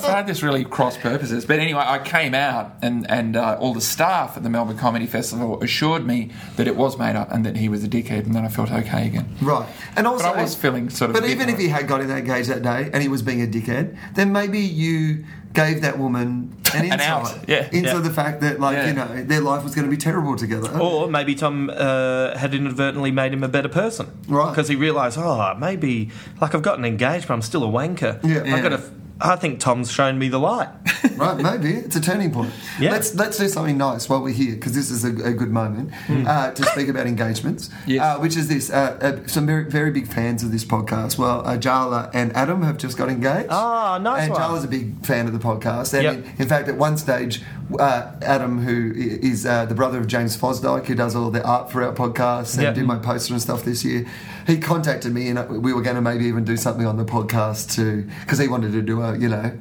So I had this really cross purposes. But anyway, I came out, and and uh, all the staff at the Melbourne Comedy Festival assured me that it was made up and that he was a dickhead, and then I felt okay again.
Right, and also
I was feeling sort of
But
a bit
even if
like-
he had got in that gauge that day and he was being a dickhead, then maybe you gave that woman an insight
*laughs* An out, yeah,
into
yeah.
the fact that, like
Yeah.
you know, their life was going to be terrible together.
Or maybe Tom uh, had inadvertently made him a better person.
Right.
Because he realised, oh, maybe, like, I've gotten engaged, but I'm still a wanker.
Yeah.
I've got to. f- I think Tom's shown me the light.
*laughs* right, maybe it's a turning point.
Yeah.
Let's let's do something nice while we're here because this is a, a good moment
Hmm.
uh, to speak about engagements.
Yes.
Uh, which is this? Uh, uh, some very, very big fans of this podcast. Well, uh, Jala and Adam have just got engaged.
Ah, nice
And
one.
Jala's a big fan of the podcast. And
Yep.
in, in fact, at one stage, uh, Adam, who i- is uh, the brother of James Fosdyke, who does all the art for our podcast and
Yep.
did my poster and stuff this year, he contacted me and uh, we were going to maybe even do something on the podcast too because he wanted to do a you know.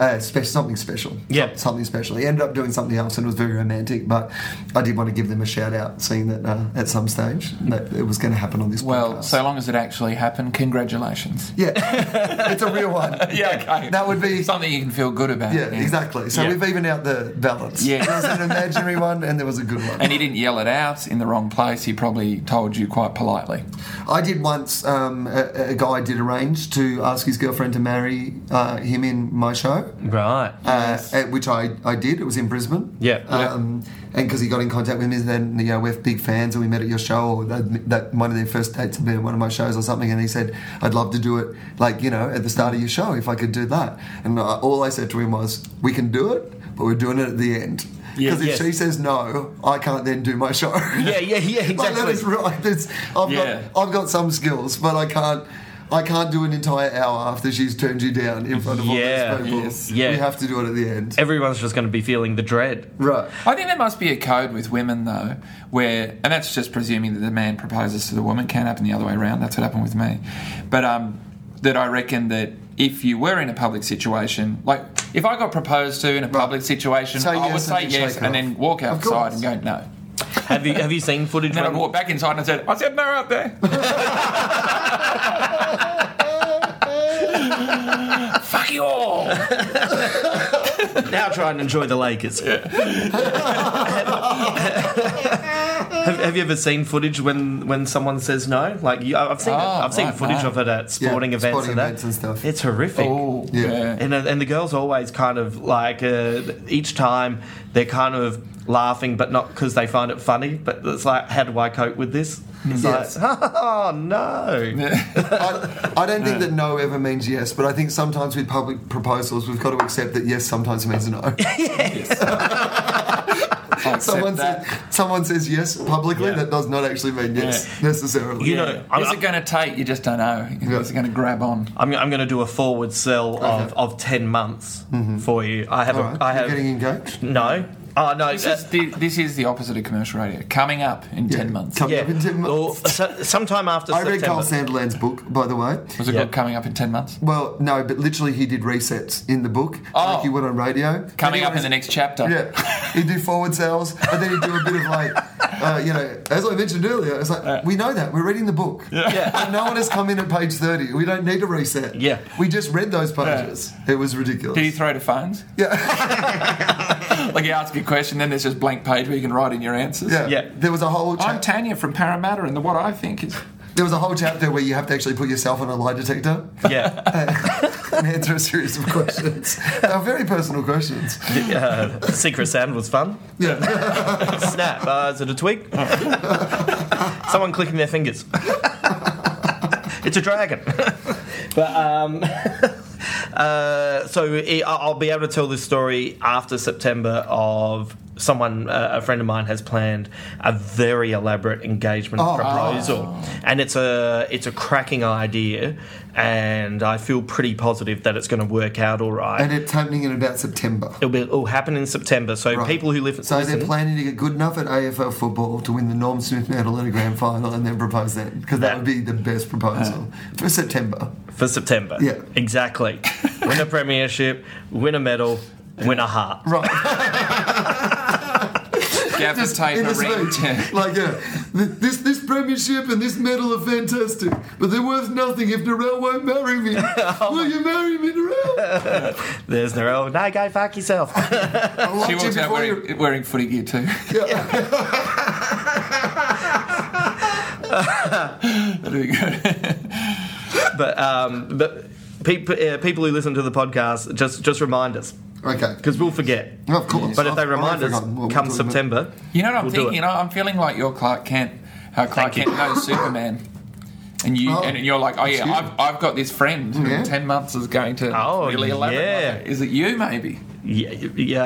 Uh, spe- something special
Yeah.
Some- something special. He ended up doing something else and it was very romantic, but I did want to give them a shout out, seeing that uh, at some stage that it was going to happen on this
Well,
podcast.
so long as it actually happened, congratulations.
yeah, *laughs* it's a real one.
*laughs* Yeah, okay.
That would be-
something you can feel good about.
Yeah, exactly. So
Yeah.
we've evened out the balance.
Yeah.
There was an imaginary one and there was a good one.
And he didn't yell it out in the wrong place. He probably told you quite politely.
I did once. Um, a, a guy did arrange to ask his girlfriend to marry uh, him in my show.
Right.
Uh, at which I, I did. It was in Brisbane.
Yeah.
Um, and because he got in contact with me, then you know we're big fans, and we met at your show, or that, that one of their first dates had been at one of my shows or something, and he said, "I'd love to do it, like you know, at the start of your show, if I could do that." And I, all I said to him was, "We can do it, but we're doing it at the end." Because if
yes.
she says no, I can't then do my show.
yeah, yeah, yeah,
Like, that
*laughs* exactly.
is right. It's- I've,
Yeah.
got, I've got some skills, but I can't. I can't do an entire hour after she's turned you down in front of
Yeah.
all these people.
Yes.
Yeah.
We have to do it at the end.
Everyone's just going to be feeling the dread.
Right.
I think there must be a code with women though, where and that's just presuming that the man proposes to the woman. Can happen the other way around. That's what happened with me. But um, that I reckon that if you were in a public situation, like if I got proposed to in a public situation,
Say
I
yes
would
and
say
then
yes
shake it
and then
off.
walk
Of
outside
course.
and go no.
Have you have you seen footage?
And then I
when-
walked back inside and I said, I said no out there. *laughs* Fuck you all.
Now try and enjoy the
*laughs*
Lakers. have, have you ever seen footage when, when someone says no? Like you, I've seen
Oh,
I've seen
right,
footage
no.
of it at sporting
Ah, Yeah,
events
sporting
and that.
events and stuff.
It's horrific.
Oh,
Yeah.
yeah.
And and the girls always kind of like uh, each time they're kind of laughing, but not because they find it funny. But it's like, how do I cope with this? It's
Yes.
like, *laughs* oh no.
I, I
*laughs*
don't think that no ever means yes, but I think sometimes with public proposals, we've got to accept that yes sometimes means
*laughs*
no.
I accept
someone,
that.
says, someone says yes publicly,
Yeah.
that does not actually mean yes necessarily.
You know,
Is it going to take? You just don't know. Is it going to grab on?
I'm, I'm going to do a forward sell of, of ten months for you. I have.
Mm-hmm. All
a
right,
I
you're
have
getting engaged.
no. Oh no.
This
uh,
is, the, this is the opposite of commercial radio. Coming up in 10 months.
Coming *laughs*
yeah.
up in 10 months.
Or so, sometime after
I read Carl
September.
Sandiland's book, by the way.
was it
Yeah.
good coming up in 10 months?
Well, no, but literally he did resets in the book,
Oh.
like he would on radio. And he
Coming up in
always-
the next chapter.
Yeah, he'd do forward sales, but then he'd do a bit of like, uh, you know, as I mentioned earlier, it's like we know that we're reading the book.
Yeah.
And no one has come in at page thirty. We don't need a reset.
Yeah.
we just read those pages. It was ridiculous.
Do you throw to phones?
yeah,
*laughs* Like you ask a question, then there's just blank page where you can write in your answers.
yeah,
Yeah.
There was a whole
I'm
cha-
Tanya from Parramatta, and
*laughs*
the, what I think is *laughs*
there was a whole chapter where you have to actually put yourself on a lie detector.
Yeah.
and answer a series of
*laughs*
questions. They're very personal questions.
*laughs* Uh, Secret Sound was fun.
Yeah.
*laughs* Snap. Uh, is it
*laughs*
a twig? Someone clicking their fingers. *laughs* it's a dragon. *laughs* but um, *laughs* uh, so i I'll be able to tell this story after September of. Someone, uh, a friend of mine, has planned a very elaborate engagement
Oh,
proposal, and it's a it's a cracking idea, and I feel pretty positive that it's going to work out all right.
And it's happening in about September.
It'll, be, it'll happen in September. So
Right.
people who live at
So they're planning to get good enough at AFL football to win the Norm Smith medal at a grand final and then propose that because that
That-
would be the best proposal for September.
for September.
Yeah.
exactly. win
*laughs*
a premiership, win a medal, win a heart.
Right.
*laughs* Gav has taken a ring.
speech. like yeah, th- this this premiership and this medal are fantastic, but they're worth nothing if Narelle won't marry
*laughs*
me. Will you marry me, Narelle?
There's Narelle. No, go fuck yourself. *laughs*
I
She
liked you
walks out
before
wearing,
you-
wearing footy gear too. *laughs*
*laughs*
That'd be good. *laughs*
but um, but people uh, people who listen to the podcast just just remind us
Okay.
because we'll forget.
Of course.
But if
I've-
they
I've
remind us,
forgotten what we're
come
talking about.
September.
You know what I'm
We'll do
thinking?
it.
I'm feeling like you're Clark Kent. How Clark Kent knows Superman. And you
Oh.
and you're like, oh yeah,
Excuse
I've, I've got this friend who
Yeah.
in ten months is going to
Oh,
really elaborate. on
yeah.
it. Is it you maybe?
Yeah, yeah,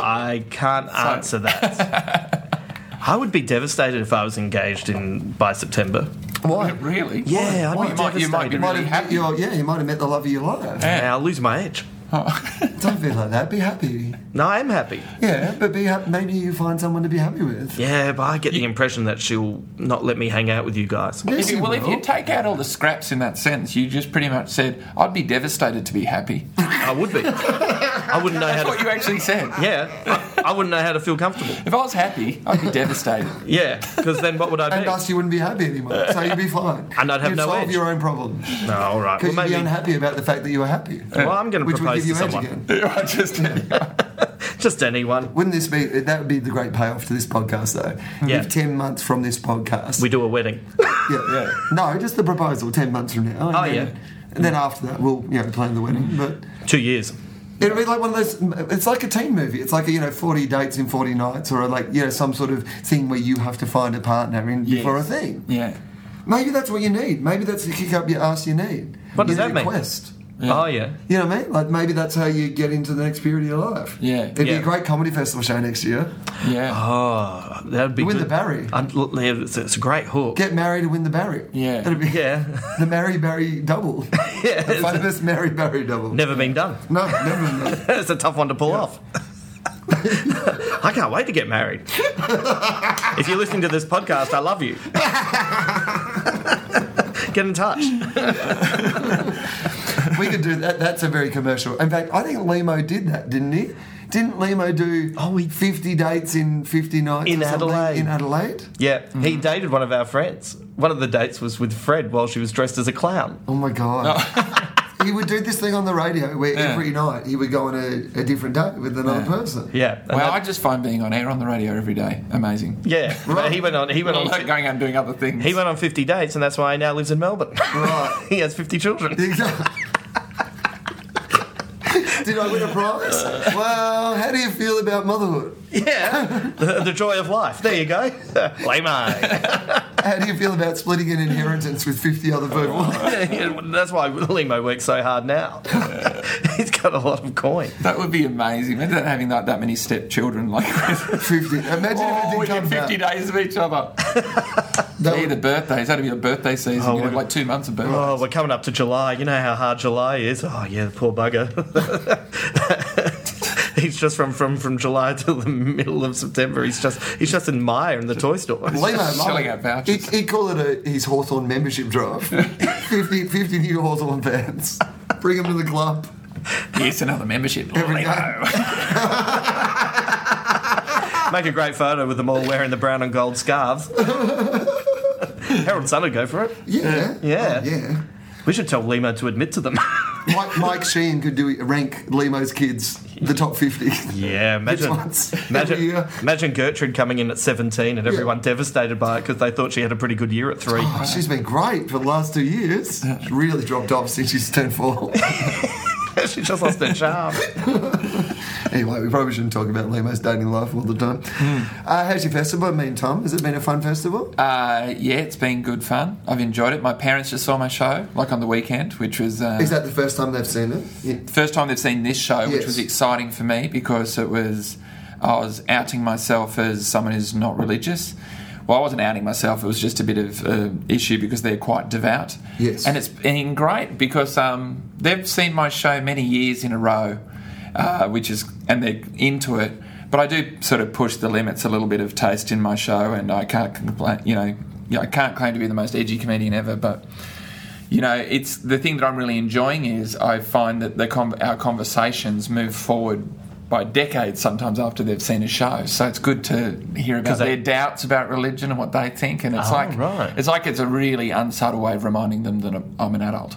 I can't answer that.
*laughs*
I would be devastated if I was engaged in by September.
Why?
Really?
Yeah,
Well,
I'd be
you might you might be
devastated.
Might
really
have
happy.
Your, yeah, you might have met the love of your life.
Yeah, I'll lose my edge.
Don't feel like that. Be happy.
No, I am happy.
Yeah, but be ha- maybe you find someone to be happy with.
Yeah, but I get the impression that she'll not let me hang out with you guys.
If you, well, if you take out all the scraps in that sentence, you just pretty much said, "I'd be devastated to
*laughs*
be happy."
I would be. *laughs* I wouldn't know how
That's what
to.
you actually said.
Yeah, I, I wouldn't know how to feel comfortable.
If I was happy, I'd
*laughs*
be devastated.
Yeah, because then what would I
and
be?
thus you wouldn't be happy anymore. So you'd be fine.
Uh, *laughs* And I'd have
you'd
no
solve
edge.
your own problem
No, all right. Well,
because you'd be
maybe.
unhappy about the fact that you were happy.
Well, I'm going to
Which would
propose
give you
to
edge
someone.
again.
I just
Just anyone.
Wouldn't this be that would be the great payoff to this podcast though?
Yeah.
If ten months from this podcast,
We do a wedding.
yeah, no, just the proposal ten months from now.
Oh,
and
yeah.
then, and then after that, we'll you know plan the wedding. But
Two years.
it'll be like one of those. It's like a teen movie. It's like a, you know forty dates in forty nights, or like you know some sort of thing where you have to find a partner in before a thing.
yeah.
Maybe that's what you need. Maybe that's the kick up your ass you need.
What does
You
that
need a
mean?
Quest.
Oh yeah.
You know what I mean? Like maybe that's how you get into the next period of your life.
Yeah.
it'd be
Yeah.
a great comedy festival show next year.
Yeah.
Oh, that'd be
You win
good.
the Barry.
I'd, l- yeah, it's, it's a great hook.
Get married and win the Barry.
Yeah.
it'd be
yeah.
*laughs*
*laughs*
the Mary Barry double.
Yeah,
the
it's-
famous Mary Barry double.
Never been done.
No, never. never.
*laughs* it's a tough one to pull off. *laughs* I can't wait to get married. if you're listening to this podcast, I love you. get in touch.
we could do that. That's a very commercial. In fact, I think Limo did that, didn't he? Didn't Limo do
Oh, he-
fifty dates in fifty nights
In
or something
Adelaide.
In Adelaide.
Yeah, he dated one of our friends. One of the dates was with Fred while she was dressed as a clown.
Oh my god. *laughs* he would do this thing on the radio where
Yeah.
every night he would go on a, a different date with another
Yeah.
person.
Yeah. and
Well,
that-
I just find being on air on the radio every day amazing.
yeah. but he went on. He went
Well, like
on.
going out and doing other things.
He went on fifty dates, and that's why he now lives in
*laughs*
Melbourne. *laughs*
Right.
he has fifty children.
*laughs* Did I win a prize? Well, how do you feel about motherhood?
Yeah. *laughs* the, the joy of life. There you go. Lame eye.
How do you feel about splitting an inheritance with 50 other
Oh.
*laughs* people?
Yeah, *laughs* That's why Limo works so hard now. *laughs* He's got a lot of coin.
That would be amazing. Imagine having like that many stepchildren, like
50. *laughs* Imagine
oh,
if it did
within
come
fifty
out.
days of
*laughs*
each other.
That
Either
would-
birthdays. That'd be a birthday season.
Oh,
You'd have
we-
like two months of birthdays.
Oh, we're coming up to July. You know how hard July is. Oh yeah, the poor bugger. *laughs* he's just from, from from July to the middle of September. He's just he's just in Maya in the toy store.
Limo,
Just
Limo.
selling out vouchers.
He'd, he'd call it a, his Hawthorn membership
*laughs*
drive. *laughs* 50, 50 new Hawthorn fans. Bring them to the club.
Here's another membership.
Every
Limo.
Make a great photo with them all wearing the brown and gold scarves. Harold Sun would go for it.
Yeah.
Yeah.
Oh, yeah.
We should tell Lima to admit to them. *laughs*
Mike, Mike Sheen could do rank Limo's kids the top 50.
Yeah, imagine,
ones.
imagine,
Every year.
imagine Gertrude coming in at 17 and everyone devastated by it because they thought she had a pretty good year at three.
Oh, She's been great for the last two years. She's really dropped off since she's turned four. Oh.
*laughs* she just lost
*laughs*
her charm.
anyway, we probably shouldn't talk about Lemo's dating life all the time. Uh, how's your festival been, Tom? Has it been a fun festival?
*laughs* Uh, yeah, it's been good fun. I've enjoyed it. My parents just saw my show, like on the weekend, which was uh,
Is that the first time they've seen it? Yeah.
first time they've seen this show, which
Yes.
was exciting for me because it was I was outing myself as someone who's not religious. Well, I wasn't outing myself; it was just a bit of an issue because they're quite devout.
Yes.
and it's been great because um, they've seen my show many years in a row, uh, which is and they're into it. But I do sort of push the limits a little bit of taste in my show, and I can't complain. You know, yeah, I can't claim to be the most edgy comedian ever, but you know, it's the thing that I'm really enjoying is I find that the con our conversations move forward by decades sometimes after they've seen a show. So it's good to hear about
they-
their doubts about religion and what they think, and it's
Oh,
like
right.
it's like it's a really unsubtle way of reminding them that I'm- I'm an adult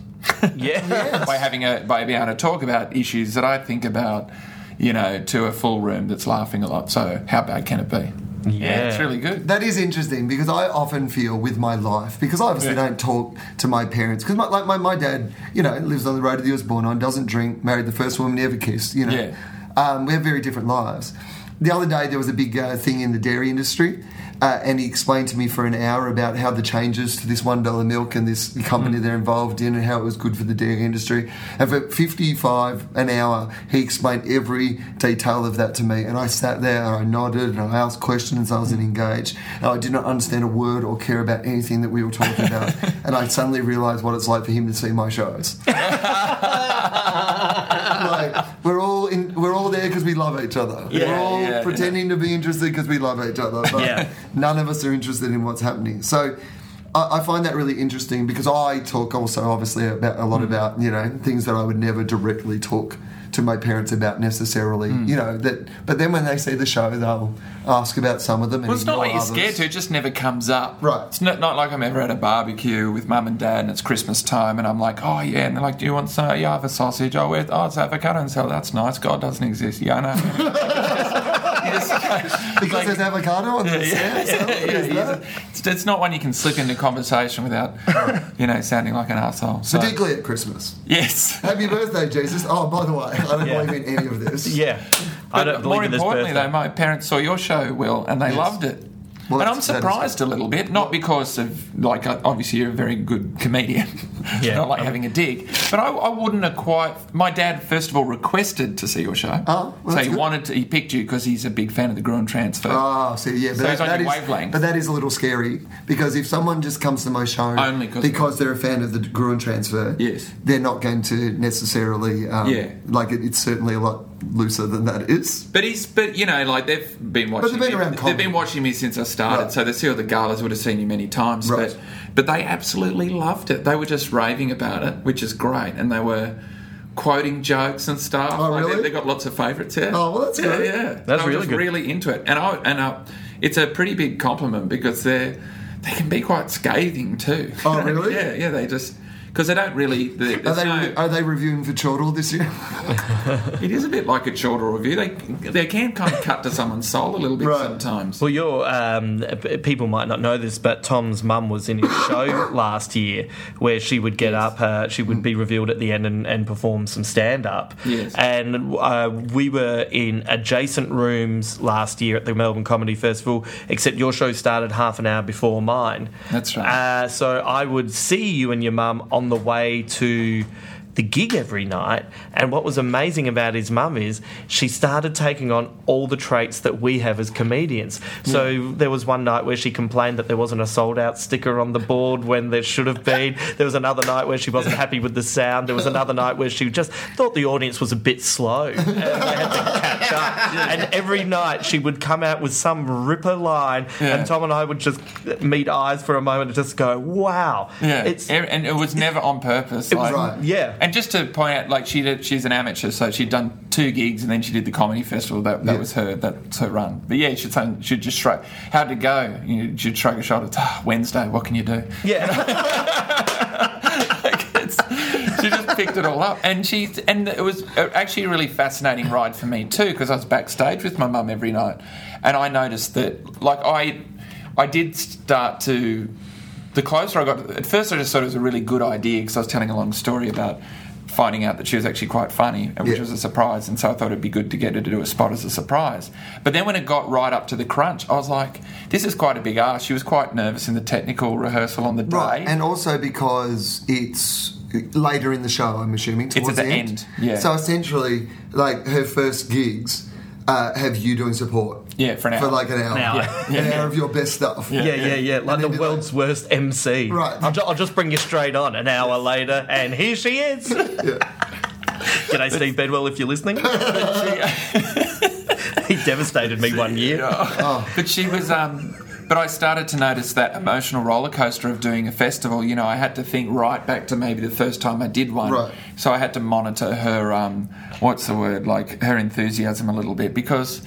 Yeah.
by having a by being able to talk about issues that I think about. You know, to a full room that's laughing a lot. So, how bad can it be?
Yeah.
it's really
*laughs*
good. *laughs*
That is interesting because I often feel with my life because I obviously don't talk to my parents because my, like my, my dad you know lives on the road that he was born on doesn't drink married the first woman he ever kissed you know
Yeah.
um, we have very different lives. The other day there was a big uh, thing in the dairy industry. Uh, and he explained to me for an hour about how the changes to this one dollar milk and this company they're involved in and how it was good for the dairy industry. And for fifty five an hour, he explained every detail of that to me. And I sat there and I nodded and I asked questions. I was engaged. And I did not understand a word or care about anything that we were talking about. and I suddenly realised what it's like for him to see my shows like we're all in, we're all there because we love each other. we're
Yeah,
all
yeah.
pretending to be interested because we love each other, but
Yeah.
none of us are interested in what's happening. So. I I find that really interesting because I talk also obviously about a
Mm.
lot about you know things that I would never directly talk to my parents about necessarily
Mm.
you know that but then when they see the show they'll ask about some of them and
Well, it's not
ignore
like you're scared
others.
to. It just never comes up.
Right.
It's not, not like I'm ever at a barbecue with mum and dad and it's Christmas time and I'm like, oh, yeah. And they're like, do you want some? Yeah, I have a sausage. Oh, with, oh it's avocado. And so that's nice. God doesn't exist. Yeah, I know. *laughs* It's like-
because
like-
there's avocado on the
yeah,
stand.
*laughs* yeah,
so
yeah,
is
yeah.
that-
It's, it's not one you can slip into conversation without, you know, sounding like an asshole. So,
Particularly at Christmas.
yes.
Happy birthday, Jesus! Oh, by the way, I don't
Yeah.
believe in any of this.
Yeah. I
But
don't
more
believe in this
importantly, though,
birthday.
my parents saw your show, Will, and they loved it.
Well,
and
that's-
I'm
that is
surprised a little bit, not because of like uh, obviously you're a very good comedian, *laughs*
Yeah.
not like
Um,
having a dig, but I, I wouldn't have quite. My dad first of all requested to see your show,
Oh, well,
so
that's
he
good.
wanted to. He picked you because he's a big fan of the Gruen transfer.
Oh, see, yeah, but
So
that,
he's on
that
your
is-
wavelength.
but that is a little scary because if someone just comes to my show
Only 'cause-
because they're a fan of the Gruen transfer,
Yes.
they're not going to necessarily, um,
Yeah.
like it, it's certainly a lot looser than that is.
But he's, but you know, like they've been watching.
they've been
me,
around
They've
comedy.
been watching me since I started,
Right.
so they see all the galas would have seen you many times.
Right.
But, but they absolutely loved it. They were just raving about it, which is great, and they were quoting jokes and stuff.
Oh,
Like, they-
really?
they, got lots of favourites. Yeah.
Oh, well, that's
yeah,
good.
Yeah,
That's
They were
really
just
good.
Really into it, and I and I, it's a pretty big compliment because they're they can be quite scathing too.
Oh, really?
*laughs* yeah, yeah. They just. Because they don't really. They,
Are they, are they reviewing for Chortle this
*laughs*
year?
it is a bit like a shoulder review. They they can kind of cut to someone's soul a little bit
Right.
sometimes.
Well, your um, p- people might not know this, but Tom's mum was in his
*laughs*
show last year, where she would get up, uh, she would be revealed at the end and, and perform some stand up.
Yes.
And uh, we were in adjacent rooms last year at the Melbourne Comedy Festival, except your show started half an hour before mine.
That's right.
Uh, so I would see you and your mum on the way to the gig every night. And what was amazing about his mum is she started taking on all the traits that we have as comedians. So there was one night where she complained that there wasn't a sold out sticker on the board when there should have
*laughs*
been. There was another night where she wasn't happy with the sound. There was another night where she just thought the audience was a bit slow.
*laughs*
And they had to catch up. And every night she would come out with some ripper line
Yeah.
and Tom and I would just meet eyes for a moment and just go, "Wow,
Yeah,
it's
E- and it was never on purpose.
was-
Right.
yeah."
And just to point out, like she did, she's an amateur, so she'd done two gigs and then she did the comedy festival. That, that
Yeah.
was her that's her run. But yeah, she'd say, she'd just shrug. How'd it go? You know, she'd shrug her shoulders. *laughs* Ah, Wednesday. What can you do?
yeah,
Like, it's- she just kicked it all up, and she and it was actually a really fascinating ride for me too because I was backstage with my mum every night, and I noticed that like I, I did start to, the closer I got at first I just thought it was a really good idea because I was telling a long story about finding out that she was actually quite funny, and which
Yeah.
was a surprise. And so I thought it'd be good to get her to do a spot as a surprise. But then when it got right up to the crunch, I was like, this is quite a big ask. She was quite nervous in the technical rehearsal on the day.
Right, and also because it's later in the show, I'm assuming. Towards
at the end, yeah.
So essentially, like her first gigs uh, have you doing support.
Yeah, for an
For
hour.
like an hour.
An hour.
*laughs* An hour of your best stuff.
*laughs* Yeah, yeah, yeah. Like
And
the
then be
world's worst MC.
Right.
I'll, ju- I'll just bring you straight on an hour later, and here she
*laughs*
is. G'day, Steve Bedwell, if you're listening. he devastated me one year.
Oh, But she was. Um, but I started to notice that emotional roller coaster of doing a festival. You know, I had to think right back to maybe the first time I did one.
Right.
So I had to monitor her. Um, what's the word? Like her enthusiasm a little bit because.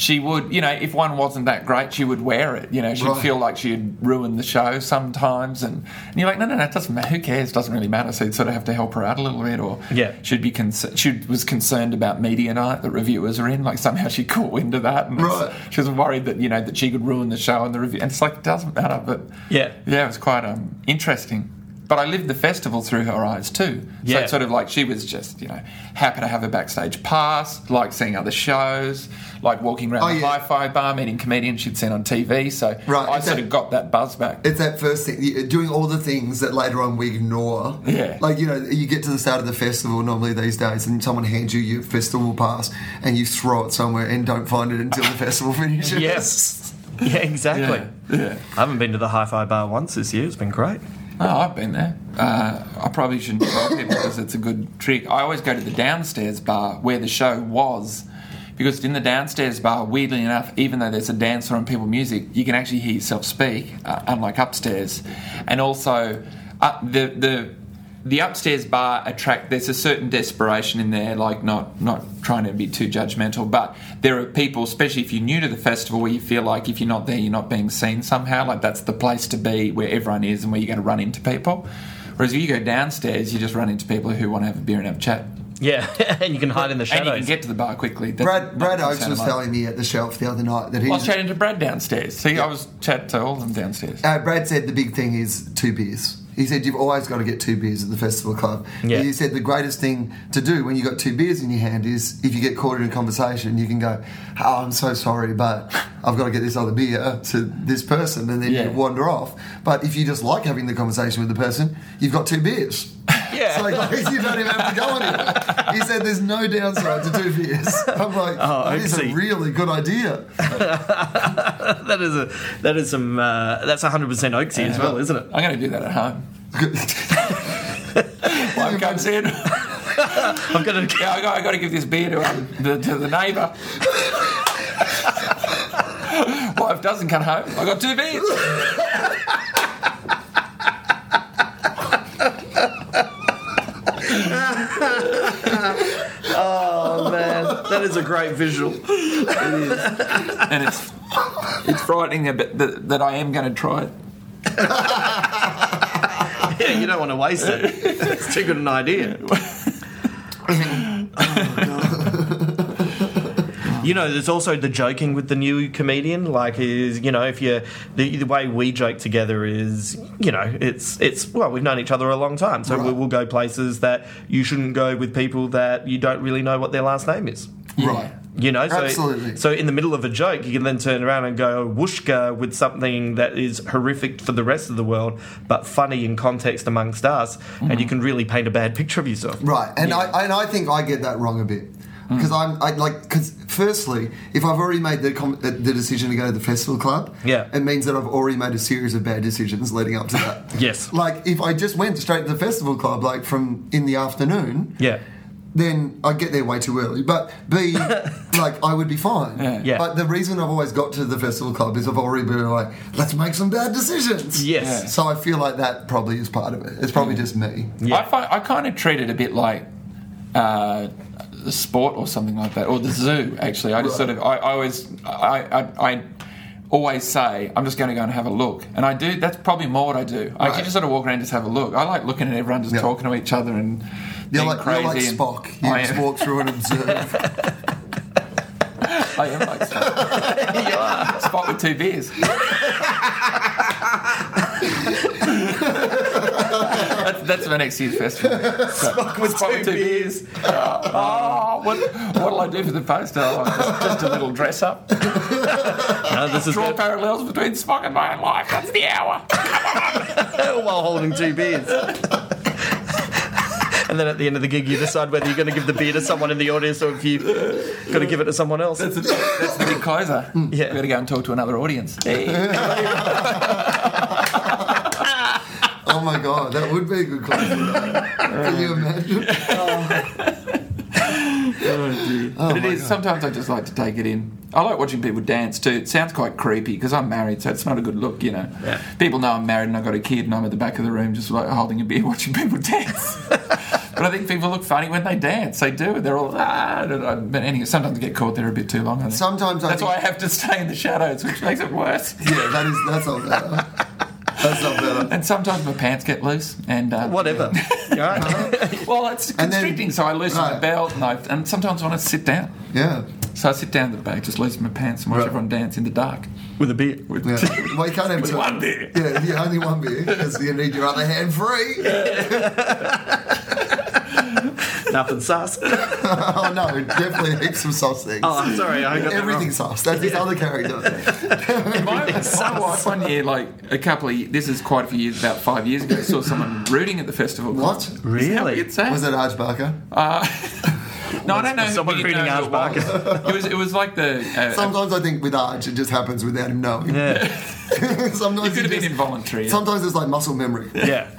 She would, you know, if one wasn't that great, she would wear it. You know, she'd
Right.
feel like she'd ruined the show sometimes, and, and you're like, no, no, no, it doesn't matter. Who cares? It doesn't really matter. So you'd sort of have to help her out a little bit, or
Yeah.
she'd be concerned. She was concerned about media night that reviewers are in. Like somehow she *laughs* caught wind of that, and it's-
Right.
she was worried that you know that she could ruin the show and the review. And it's like it doesn't matter, but
Yeah.
yeah, it was quite um, interesting. But I lived the festival through her eyes too. So
Yeah.
it's sort of like she was just you know happy to have a backstage pass, like seeing other shows, like walking around
Oh,
the
yeah.
hi-fi bar, meeting comedians she'd seen on TV. So
Right,
I
it's
sort
that-
of got that buzz back.
It's that first thing, you- doing all the things that later on we ignore.
Yeah.
Like, you know, you get to the start of the festival normally these days and someone hands you your festival pass and you throw it somewhere and don't find it until the festival *laughs* finishes.
Yes. Yeah, exactly.
yeah, yeah.
I haven't been to the hi fi bar once this year. It's been great.
Oh, I've been there. Uh, I probably shouldn't tell people because it's a good trick. I always go to the downstairs bar where the show was. Because in the downstairs bar, weirdly enough, even though there's a dancer and people music, you can actually hear yourself speak, uh, unlike upstairs. And also, uh, the the the upstairs bar attract. There's a certain desperation in there, like not not trying to be too judgmental, but there are people, especially if you're new to the festival, where you feel like if you're not there, you're not being seen somehow. Like that's the place to be, where everyone is, and where you're going to run into people. Whereas if you go downstairs, you just run into people who want to have a beer and have a chat,
Yeah, *laughs* and you can hide in the
and you
shadows.
can get to the bar quickly. That's
Brad,
not
Brad
the
Oakes
sound
was
of my-
telling me at the shelf the other night that he
I was chatting to Brad downstairs. See, I was chatting to all of them downstairs.
Uh, Brad said the big thing is two beers. He said you've always got to get two beers at the festival club.
Yeah.
He said the greatest thing to do when you got two beers in your hand is if you get caught in a conversation, you can go, "Oh, I'm so sorry, but I've got to get this other beer to this person," and then
Yeah.
you wander off. But if you just like having the conversation with the person, you've got two beers.
*laughs* Yeah.
So like, you don't even have to go anywhere. He said there's no downside to two beers. *laughs* I'm like,
Oh,
that is
oopsie.
a really good idea. *laughs*
that is a that is some uh, that's 100% Oaksy as well, isn't it?
I'm going to do that at home.
*laughs*
Live comes in. yeah,
I've got to
I got, I got to give this beer to um, the, to the neighbour. Wife doesn't come home. I got two beers.
Oh man, that is a great visual.
and it's it's frightening a bit that, that I am going to try it.
Yeah, you don't want to waste it. It's too good an *laughs* idea. You know, there's also the joking with the new comedian. Like, is you know, if you the, the way we joke together is, you know, it's it's well, we've known each other a long time, so we, we'll go places that you shouldn't go with people that you don't really know what their last name is.
Right.
You know, so,
Absolutely.
so in the middle of a joke, you can then turn around and go whooshka with something that is horrific for the rest of the world, but funny in context amongst us, and you can really paint a bad picture of yourself.
Right, and I and I think I get that wrong a bit
Hmm.
because I'm I, like because firstly, if I've already made the com- the decision to go to the festival club,
Yeah.
it means that I've already made a series of bad decisions leading up to that.
*laughs* Yes.
like if I just went straight to the festival club, like from in the afternoon,
Yeah.
then I get there way too early. But
*laughs*
B, like I would be fine.
Yeah.
But the reason I've always got to the festival club is I've already been like, let's make some bad decisions.
Yes. Hmm.
So I feel like that probably is part of it. It's probably just me.
Yeah.
I, find, I kind of treat it a bit like uh, the sport or something like that, or the zoo. Actually, I just
Right.
sort of I, I always I, I I always say, I'm just going to go and have a look. And I do, that's probably more what I do. I actually just sort of walk around and just have a look. I like looking at everyone just
Yeah.
talking to each other and
You're
being
like,
crazy.
you're like
and-
Spock. You
I
just
am-
walk through and observe.
*laughs* I am like Spock. *laughs* Spock with two beers. that's, that's my next year's festival. *laughs* Spock with
two
beers. Oh, what, what'll I do for the poster? Oh, just, just a little dress up.
No, this is
Draw
good.
parallels between Spock and my own life. That's the hour.
while holding two beers. And then at the end of the gig, you decide whether you're going to give the beer to someone in the audience or if you've got to give it to someone else.
That's the, that's the big closer.
Yeah.
We've got to go and talk to another audience. Hey.
Oh my god, that would be a good question. Can you imagine?
Oh,
but it is. Sometimes I just like to take it in. I like watching people dance too. It sounds quite creepy because I'm married, so it's not a good look, you know.
Yeah.
People know I'm married and I've got a kid, and I'm at the back of the room just like holding a beer, *laughs* watching people dance. but I think people look funny when they dance. They do. They're all ah. da, da." But anyway, sometimes I get caught there a bit too long. I think.
Sometimes I
that's
think-
why I have to stay in the shadows, which makes it worse.
Yeah, that is that's not better. That's not better.
And sometimes my pants get loose, and
*laughs*
uh,
Whatever. You all right?
*laughs* Well, it's
And then-
constricting, so I loosen
Right.
the belt, and, I, and sometimes I want to sit down.
Yeah.
So I sit down at the back, just loosen my pants, and watch everyone dance in the dark.
With a beer.
With
Yeah. *laughs* Well, you can't have two.
one beer.
Yeah, you only one beer because you need your other hand free.
Nothing sus.
Oh no, definitely heaps of sauce things.
*laughs* Oh, I'm sorry. I got that wrong.
Everything sauce. That's his other character. *laughs*
My, my wife one year, like a couple of ye- this is quite a few years, about five years ago, saw someone rooting at the festival.
What?
Really?
It's sad.
Was that Arch Barker?
no, I don't know.
someone
we
rooting
know who
Arj Barker.
It was. It was, it was like the. Uh,
Sometimes I think with Arch it just happens without him knowing.
Yeah.
*laughs* sometimes
it could have
he
been
just-
involuntary.
Sometimes it's like muscle memory.
Yeah,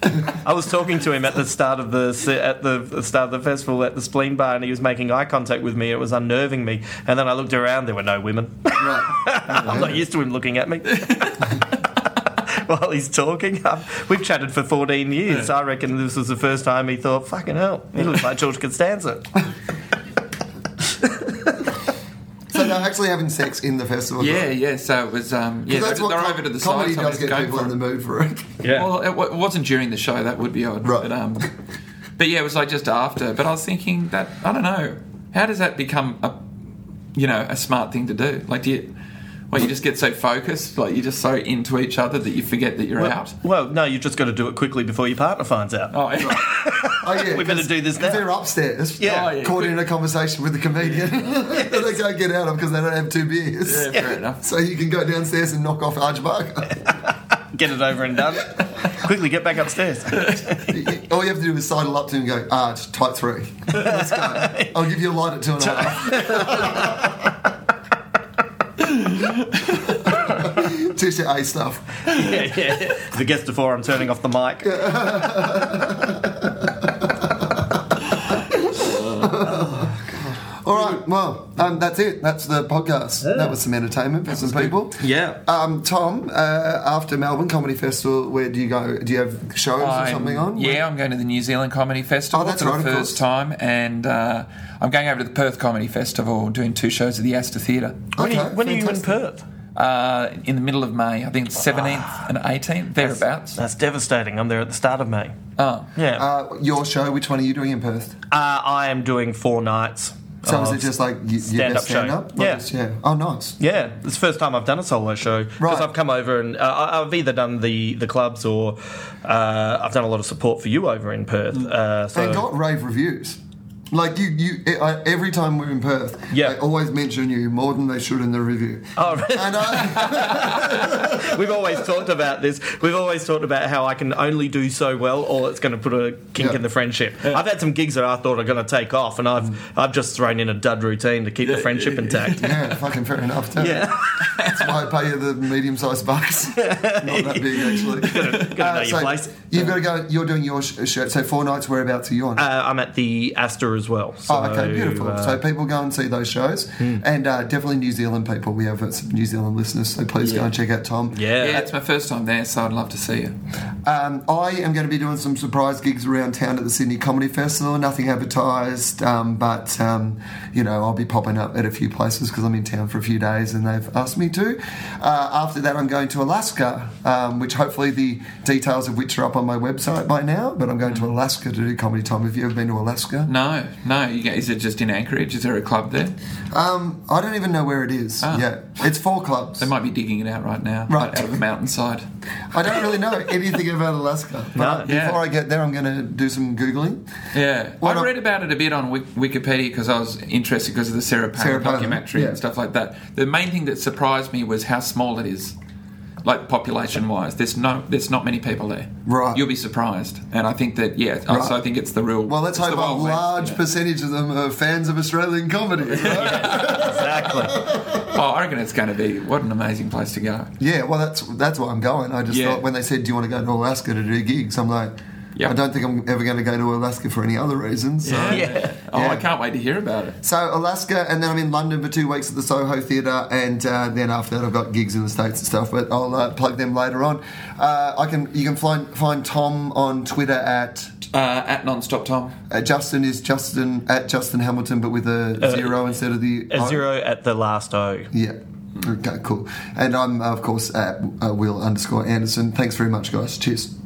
I was talking to him at the start of the se- at the the start of the festival at the Spleen Bar, and he was making eye contact with me. It was unnerving me, and then I looked around. There were no women. *laughs*
Right.
I'm not used to him looking at me *laughs* while he's talking. Um, we've chatted for 14 years. I reckon this was the first time he thought, "Fucking hell, he looks like George Costanza."
So they're actually having sex in the festival.
yeah, yeah. So it was. Um, yeah,
That's
they're,
what
they're
com-
over to the
comedy
side.
does
somebody's
get
going
people
for
in
it.
the mood for
*laughs*
it.
Yeah.
Well, it, wa- it wasn't during the show. That would be odd.
Right.
But, um, but yeah, it was like just after. But I was thinking that I don't know. How does that become a, you know, a smart thing to do? Like, do you, well, you just get so focused, like you're just so into each other that you forget that you're out.
well, no, you've just got to do it quickly before your partner finds out.
*laughs*
Oh, yeah.
Oh yeah,
We better
'cause-
do this
'cause
now.
They're upstairs.
Yeah.
Oh, yeah.
Caught in a conversation with the
*laughs*
comedian. *laughs* that they can't get out of because they don't have two beers.
Yeah,
*laughs*
fair enough.
So you can go downstairs and knock off
*laughs*
Archbarker.
Get it over and done. quickly get back upstairs.
All you have to do is sidle up to him and go, Arch, tight three.
*laughs*
Let's go. *laughs* I'll give you a light at two and a half.
*laughs*
*laughs* Teach you A stuff.
yeah, yeah. If it gets to four, I'm turning off the mic.
All right, well, um, that's it. That's the podcast. That was some entertainment for some people.
Yeah.
Um, Tom, uh, after Melbourne Comedy Festival, where do you go? Do you have shows or
I'm-
something on?
Yeah, I'm going to the New Zealand Comedy Festival
Oh, that's
for
right, of
the
course.
first time, and uh, I'm going over to the Perth Comedy Festival, doing two shows at the Astor Theatre
When, are,
Okay,
you, when are you in
fantastic.
Perth?
uh, in the middle of May. I think it's 17th and 18th, thereabouts.
That's devastating. I'm there at the start of May.
Oh.
Yeah. Uh,
Uh, your show, which one are you doing in Perth?
I am doing four nights.
So
of-
is it just like y- your
Oh, stand-up
best
show.
stand-up? Like
Yeah.
just- yeah. Oh, nice.
Yeah, it's the first time I've done a solo show because
Right.
I've come over and uh, I- I've either done the, the clubs or uh, I've done a lot of support for you over in Perth.
Mm.
Uh, so
They got rave reviews. Like you, you. I, every time we're in Perth,
Yeah.
they always mention you more than they should in the review.
Oh, really?
and I,
We've always talked about this. We've always talked about how I can only do so well, or it's going to put a kink
Yeah. Mm.
in the friendship. I've had some gigs that I thought are going to take off, and I've I've just thrown in a dud routine to keep the
*laughs*
friendship intact.
yeah, fucking fair enough. Too.
Yeah,
That's why I pay you the medium-sized
*laughs*
bucks. Not that big, actually.
gotta know your
Uh, so
place. Oh,
You've got to go. You're doing your sh- show. So four nights. Whereabouts are you on?
uh, I'm at the Astor as well. So,
Oh, okay, beautiful.
uh,
so people go and see those shows, and uh, definitely New Zealand people. We have uh, some New Zealand listeners, so please go and check out Tom.
yeah.
Yeah, it's my first time there, so I'd love to see you.
Um, I am going to be doing some surprise gigs around town at the Sydney Comedy Festival. Nothing advertised, um, but um, you know I'll be popping up at a few places because I'm in town for a few days, and they've asked me to. Uh, after that, I'm going to Alaska, um, which hopefully the details of which are up on my website by now. But I'm going
Mm-hmm.
to Alaska to do comedy time. Have you ever been to Alaska?
No, no. You get, is it just in Anchorage? Is there a club there?
Um, I don't even know where it is.
Mm. Ah.
Yeah, it's four clubs.
They might be digging it out right now,
Right.
out of the mountainside.
I don't really know anything about
*laughs*
Alaska. But
yeah.
Before I get there, I'm going to do some googling.
Yeah,
Why
I
not-
read about it a bit on Wik- Wikipedia because I was interested because of the Sarah Palin
Sarah Palin,
documentary
yeah.
and stuff like that. The main thing that surprised me was how small it is, like population-wise. There's no, there's not many people there.
Right.
you'll be surprised, and I think that yeah. I- So I think it's the real.
Well, let's
it's
hope
the
a
Wild West,
large
yeah.
percentage of them are fans of Australian comedy. right? *laughs*
exactly.
Oh, I reckon it's going to be what an amazing place to go.
yeah, well, that's that's why I'm going. I just
Yeah.
thought when they said, "Do you want to go to Alaska to do gigs?" I'm like,
Yeah.
I don't think I'm ever going to go to Alaska for any other reason. So.
Yeah.
Oh,
Yeah.
I can't wait to hear about it.
So Alaska, and then I'm in London for two weeks at the Soho Theatre, and uh, then after that I've got gigs in the states and stuff. But I'll uh, plug them later on. Uh, I can you can find find Tom on Twitter at
Uh, at Nonstop Tom.
Uh, Justin is Justin at Justin Hamilton, but with a
Uh,
zero instead of the
A
I.
zero at the last O.
Yeah. Okay, cool. And I'm of course at uh, Will underscore Anderson. Thanks very much, guys. Cheers.